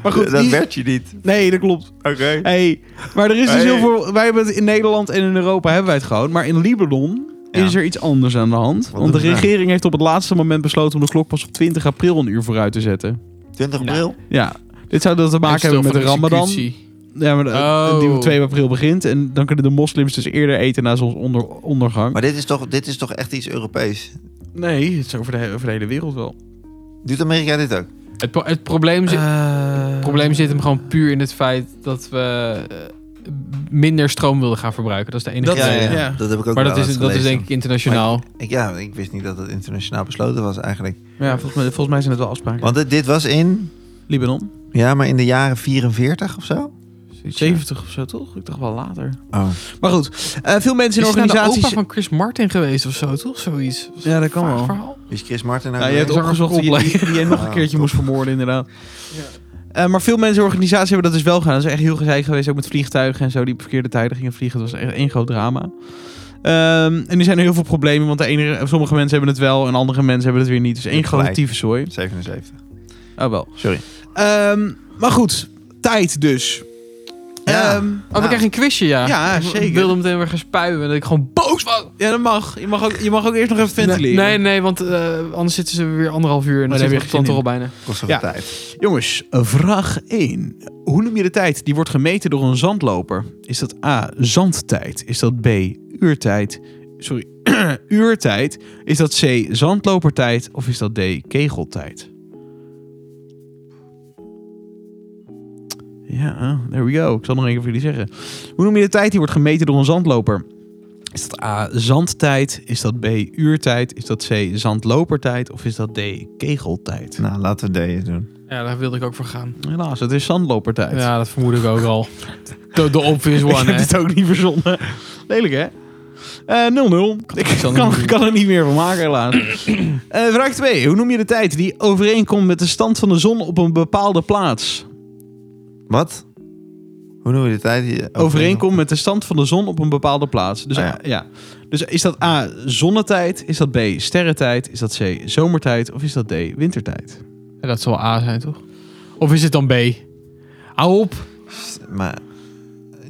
S1: Maar goed,
S3: dat
S1: i-
S3: werd je niet.
S1: nee, dat klopt.
S3: Oké.
S1: Hey, maar er is dus
S3: Hey.
S1: heel veel. Wij hebben het in Nederland en in Europa hebben wij het gewoon. Maar in Libanon
S3: Ja.
S1: is er iets anders aan de hand.
S3: Wat
S1: want de
S3: doen ze daar?
S1: regering heeft op het nou? laatste moment besloten om de klok pas op 20 april een uur vooruit te zetten.
S3: 20 april?
S1: Ja. Dit zou dat te maken hebben met de Ramadan. Ja, maar de-
S2: Oh.
S1: die op 2 april begint. En dan kunnen de moslims dus eerder eten na zonsondergang.
S3: Maar dit is, toch, dit is toch echt iets Europees?
S1: Nee, het is over de, he- over de hele wereld wel.
S3: Doet Amerika dit ook?
S2: Het, pro- het probleem, zi- het probleem zit hem gewoon puur in het feit dat we eh, minder stroom wilden gaan verbruiken. Dat is de enige
S1: Dat-
S3: ja,
S2: reden.
S3: ja,
S1: ja.
S3: dat heb ik ook
S2: Maar
S3: wel
S2: dat is,
S3: eens
S2: dat is
S3: gelezen.
S2: denk ik internationaal.
S3: Ik, ja, ik wist niet dat het internationaal besloten was eigenlijk.
S1: Ja, volgens mij, volgens mij zijn het wel afspraken.
S3: Want dit, dit was in,
S1: eh, Libanon?
S3: ja, maar in de jaren 44 of zo?
S2: Zoiets, ja.
S1: 70 of zo, toch? Ik dacht wel later.
S3: Oh.
S1: Maar goed, eh, veel mensen
S2: Is
S1: in
S2: het nou de
S1: organisaties...
S2: opa van Chris Martin geweest of zo, toch? Zoiets.
S1: Ja, dat kan
S2: Vaag
S1: wel.
S2: verhaal. Oh,
S3: Is Chris Martin nou
S1: Nou, je
S3: weer?
S1: hebt
S2: zanger
S1: opgezocht die,
S2: Coldplay.
S1: die, die je nog een
S3: Ah,
S1: keertje
S3: top.
S1: moest vermoorden, inderdaad. Eh, maar veel mensen en organisaties hebben dat dus wel gedaan. Dat is echt heel gezeik geweest, ook met vliegtuigen en zo. Die op verkeerde tijden gingen vliegen. Dat was echt één groot drama. Ehm, en nu zijn er heel veel problemen, want de ene, sommige mensen hebben het wel en andere mensen hebben het weer niet. Dus één
S3: hebt
S1: grote
S3: gelijk.
S1: tyfuszooi.
S3: 77.
S1: Oh wel.
S3: Sorry.
S1: Ehm, maar goed, tijd dus.
S3: Ja.
S1: Ehm,
S2: Oh, we krijgen een quizje, ja.
S1: Ja,
S2: Ik
S1: zeker.
S2: wilde meteen weer gaan spuien en dat ik gewoon boos was.
S1: ja, dat mag. Je mag, ook, je mag ook eerst nog even ventileren.
S2: Nee, nee, nee, want eh, anders zitten ze weer anderhalf uur en
S1: Maar
S2: Oh, dan
S1: daar
S2: zitten
S1: heb
S2: we
S1: je
S2: dan toch al
S1: geen
S2: bijna.
S3: Kost
S1: Ja.
S3: ja. tijd.
S1: Jongens, vraag 1. Hoe noem je de tijd die wordt gemeten door een zandloper? Is dat A, zandtijd? Is dat B, uurtijd? Sorry, uurtijd? Is dat C, zandlopertijd? Of is dat D, kegeltijd? Ja, there we go. Ik zal nog even voor jullie zeggen. Hoe noem je de tijd die wordt gemeten door een zandloper? Is dat A, zandtijd? Is dat B, uurtijd? Is dat C, zandlopertijd? Of is dat D, kegeltijd?
S3: Nou, laten we D doen.
S2: Ja, daar wilde ik ook voor gaan.
S1: Helaas, het is zandlopertijd.
S2: Ja, dat vermoed ik ook al. De, de obvious
S1: Ik
S2: one,
S1: heb
S2: hè.
S1: dit ook niet verzonnen. Lelijk, hè? Eh, 0-0. ik
S2: zal
S1: kan,
S2: niet doen.
S1: kan er niet meer van maken, helaas. Eh, vraag 2. Hoe noem je de tijd die overeenkomt met de stand van de zon op een bepaalde plaats?
S3: Wat? Hoe noem je de tijd? die-
S1: Overeenkomt met de stand van de zon op een bepaalde plaats. Dus,
S3: Ah,
S1: ja. dus is dat A, zonnetijd? Is dat B, sterrentijd? Is dat C, zomertijd? Of is dat D, wintertijd?
S2: Ja, dat zal A zijn, toch? Of is het dan B? Hou op.
S3: Maar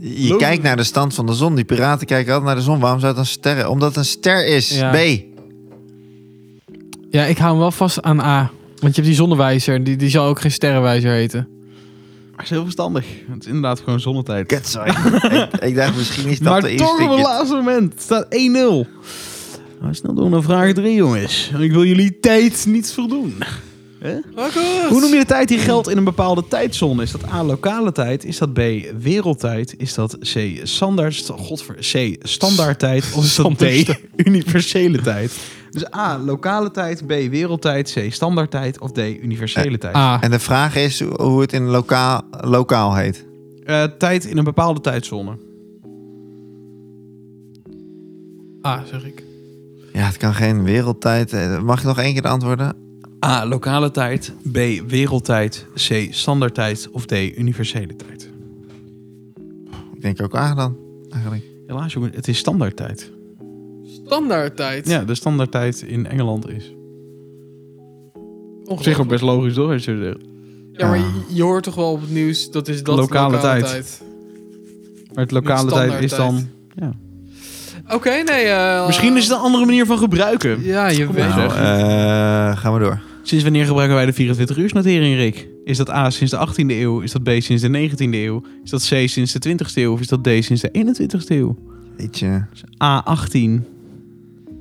S3: je kijkt naar de stand van de zon. Die piraten kijken altijd naar de zon. Waarom zou het dan sterren? Omdat het een ster is.
S2: Ja.
S3: B.
S2: Ja, ik hou hem wel vast aan A. Want je hebt die zonnewijzer. en Die, die zal ook geen sterrenwijzer heten.
S1: Maar het is heel verstandig. Het is inderdaad gewoon zonnetijd.
S3: Kutzooi. ik, ik dacht misschien is dat
S1: maar
S3: de
S1: toch op
S3: eerste
S1: het laatste moment. Het staat 1-0. Nou, snel door naar vraag 3, jongens. Ik wil jullie tijd niet voldoen. Hoe noem je de tijd die geldt in een bepaalde tijdzone? Is dat A, lokale tijd? Is dat B, wereldtijd? Is dat C, standaard, godver, C, standaardtijd? Of is dat D, universele tijd? Dus A, lokale tijd. B, wereldtijd. C, standaardtijd. Of D, universele tijd?
S2: A.
S3: En de vraag is hoe het in lokaal, lokaal heet.
S1: Eh, tijd in een bepaalde tijdzone.
S2: A, zeg ik.
S3: Ja, het kan geen wereldtijd. eh, Mag ik nog één keer de antwoorden?
S1: A. Lokale tijd. B. Wereldtijd. C. Standaardtijd. Of D. Universele tijd.
S3: Ik denk ook A dan. Eigenlijk.
S1: Helaas, jongen, het is standaardtijd.
S2: Standaardtijd.
S1: Ja, de standaardtijd in Engeland is. Op zich ook best logisch, toch? als je het zegt.
S2: Ja, maar je, je hoort toch wel op het nieuws, dat is dat
S1: Lokale
S2: lokale,
S1: tijd.
S2: tijd.
S1: Maar het lokale
S2: Met
S1: tijd is dan...
S2: standaardtijd. Oké, nee. eh,
S1: Misschien is het een andere manier van gebruiken.
S2: Ja, je weet
S1: nou,
S2: het.
S3: Nou,
S1: echt
S3: eh, gaan we door.
S1: Sinds wanneer gebruiken wij de 24-uursnotering, Rick? Is dat A sinds de 18e eeuw? Is dat B sinds de 19e eeuw? Is dat C sinds de 20e eeuw? Of is dat D sinds de 21e eeuw?
S3: Ietsje.
S1: A18,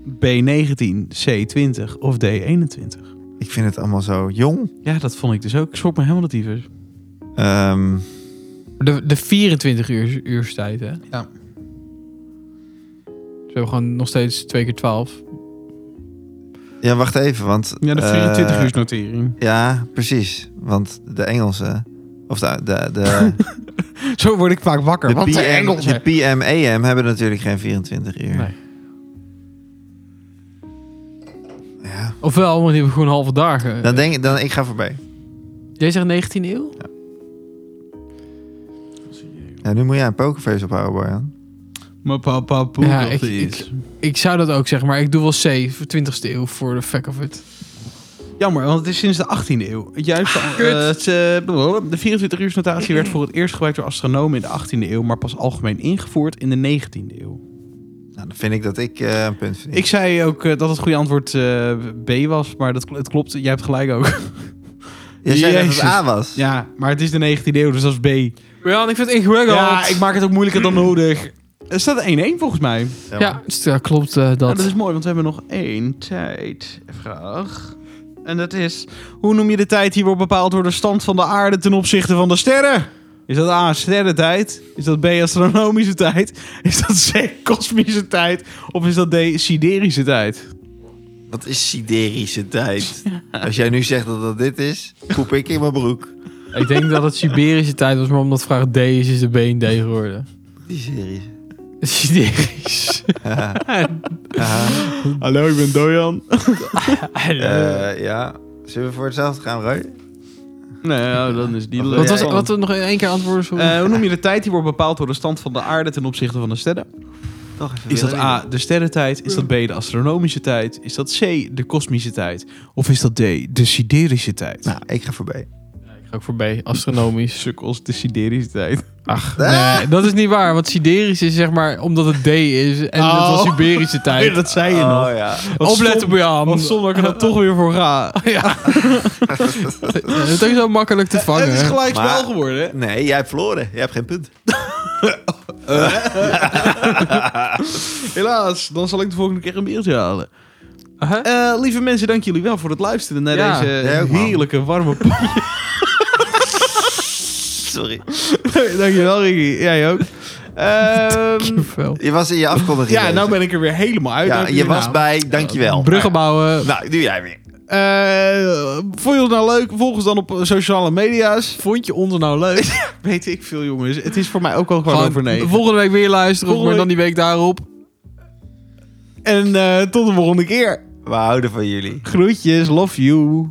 S1: B19, C20 of D21?
S3: Ik vind het allemaal zo jong.
S1: Ja, dat vond ik dus ook. Ik schrok me helemaal de tyfus.
S3: Ehm,
S2: De, de 24 uur, uurstijd, hè?
S1: Ja.
S2: Ze hebben gewoon nog steeds 2 keer 12.
S3: ja, wacht even, want...
S1: Ja, de
S3: eh,
S1: 24 uur notering.
S3: Ja, precies. Want de Engelse... Of de, de, de,
S1: Zo word ik vaak wakker.
S3: de,
S1: want de
S3: PM,
S1: Engelsen.
S3: de PMAM hebben natuurlijk geen 24 uur.
S2: Nee.
S3: Ja.
S2: Ofwel, want die hebben gewoon halve dagen.
S3: Dan denk ik, dan, ik ga voorbij.
S2: Jij zegt 19e eeuw?
S3: Ja, nu moet jij een pokerface ophouden, Boyan.
S1: Mijn papa poep
S2: Ja,
S1: dat
S2: ik-
S1: is.
S2: Ik zou dat ook zeggen, maar ik doe wel C, voor 20e eeuw, voor de fuck of it.
S1: Jammer, want het is sinds de 18e eeuw. Juist
S2: Ah, kut.
S1: eh, het, eh, de 24 uur notatie werd voor het eerst gebruikt door astronomen in de 18e eeuw, maar pas algemeen ingevoerd in de 19e eeuw.
S3: Nou, dan vind ik dat ik eh, een punt verdien.
S1: Ik zei ook eh, dat het goede antwoord eh, B was, maar dat, het klopt. Jij hebt gelijk ook.
S3: Jij zei dat
S1: Jezus.
S3: het A was.
S1: Ja, maar het is de 19e eeuw, dus dat is B.
S2: Ja, ik vind het ingewikkeld.
S1: Ja, ik maak het ook moeilijker dan nodig. Er staat 1-1 volgens mij.
S2: Ja, dus, ja, klopt eh,
S1: Ja,
S2: dat.
S1: Nou, dat is mooi, want we hebben nog één tijdvraag. En dat is: hoe noem je de tijd die wordt bepaald door de stand van de aarde ten opzichte van de sterren? Is dat A, sterrentijd? Is dat B, astronomische tijd? Is dat C, kosmische tijd? Of is dat D, siderische tijd?
S3: Wat is siderische tijd? Als jij nu zegt dat dat dit is, poep ik in mijn broek.
S2: Ik denk dat het Siberische tijd was, maar omdat vraag D is, is de B een D geworden.
S3: Die serie.
S2: Siberisch.
S1: Hallo, ik ben Dojan.
S3: Eh, ja. Zullen we voor hetzelfde gaan, Roy?
S1: Nee, dat is niet
S3: Wat
S1: leuk.
S2: wat was
S3: ja.
S2: wat we nog in één keer antwoorden? sorry.
S1: Eh, hoe noem je de tijd die wordt bepaald door de stand van de aarde ten opzichte van de sterren?
S3: Toch even
S1: Is dat
S3: weer
S1: A, de sterrentijd? Is dat B, de astronomische tijd? Is dat C, de kosmische tijd? Of is dat D, de siderische tijd?
S3: Nou, ik ga voorbij.
S2: Ik ga ook voor B, astronomisch.
S1: Sukkels, de siderische tijd.
S2: Ach, nee, dat is niet waar, want Siberisch is zeg maar omdat het D is en
S1: Oh.
S2: het was Siberische tijd.
S1: dat zei je nog.
S3: Oh, ja.
S1: Wat
S2: Opletten,
S1: stom-
S2: Brian.
S1: Wat stom dat ik er toch weer voor ga.
S2: Ja. Het is ook zo makkelijk te vangen.
S1: Het is gelijk
S3: Maar-
S1: spel geworden. hè?
S3: Nee, jij hebt verloren. Jij hebt geen punt.
S1: Helaas, dan zal ik de volgende keer een beeldje halen.
S2: Huh?
S1: Eh, lieve mensen, dank jullie wel voor het luisteren naar
S2: Ja.
S1: deze
S3: Jij ook, man.
S1: heerlijke warme...
S3: Sorry.
S1: Dankjewel, Ricky. Jij ook. Ehm nou
S2: Dankjewel.
S3: Je was in je afkondiging.
S1: ja, nou ben ik er weer helemaal uit.
S3: Ja,
S1: Dank
S3: je was
S1: nou.
S3: bij. Dankjewel.
S2: Bruggen bouwen.
S3: Nou, doe jij weer.
S1: Eh, Eh, vond je ons nou leuk? Volg ons dan op sociale media's. Vond je ons nou leuk? Weet ik veel, jongens. Het is voor mij ook al gewoon, over negen.
S2: volgende week weer luisteren,
S1: Volgende
S2: maar dan die week daarop.
S1: En eh, tot de volgende keer.
S3: We houden van jullie.
S1: Groetjes, love you.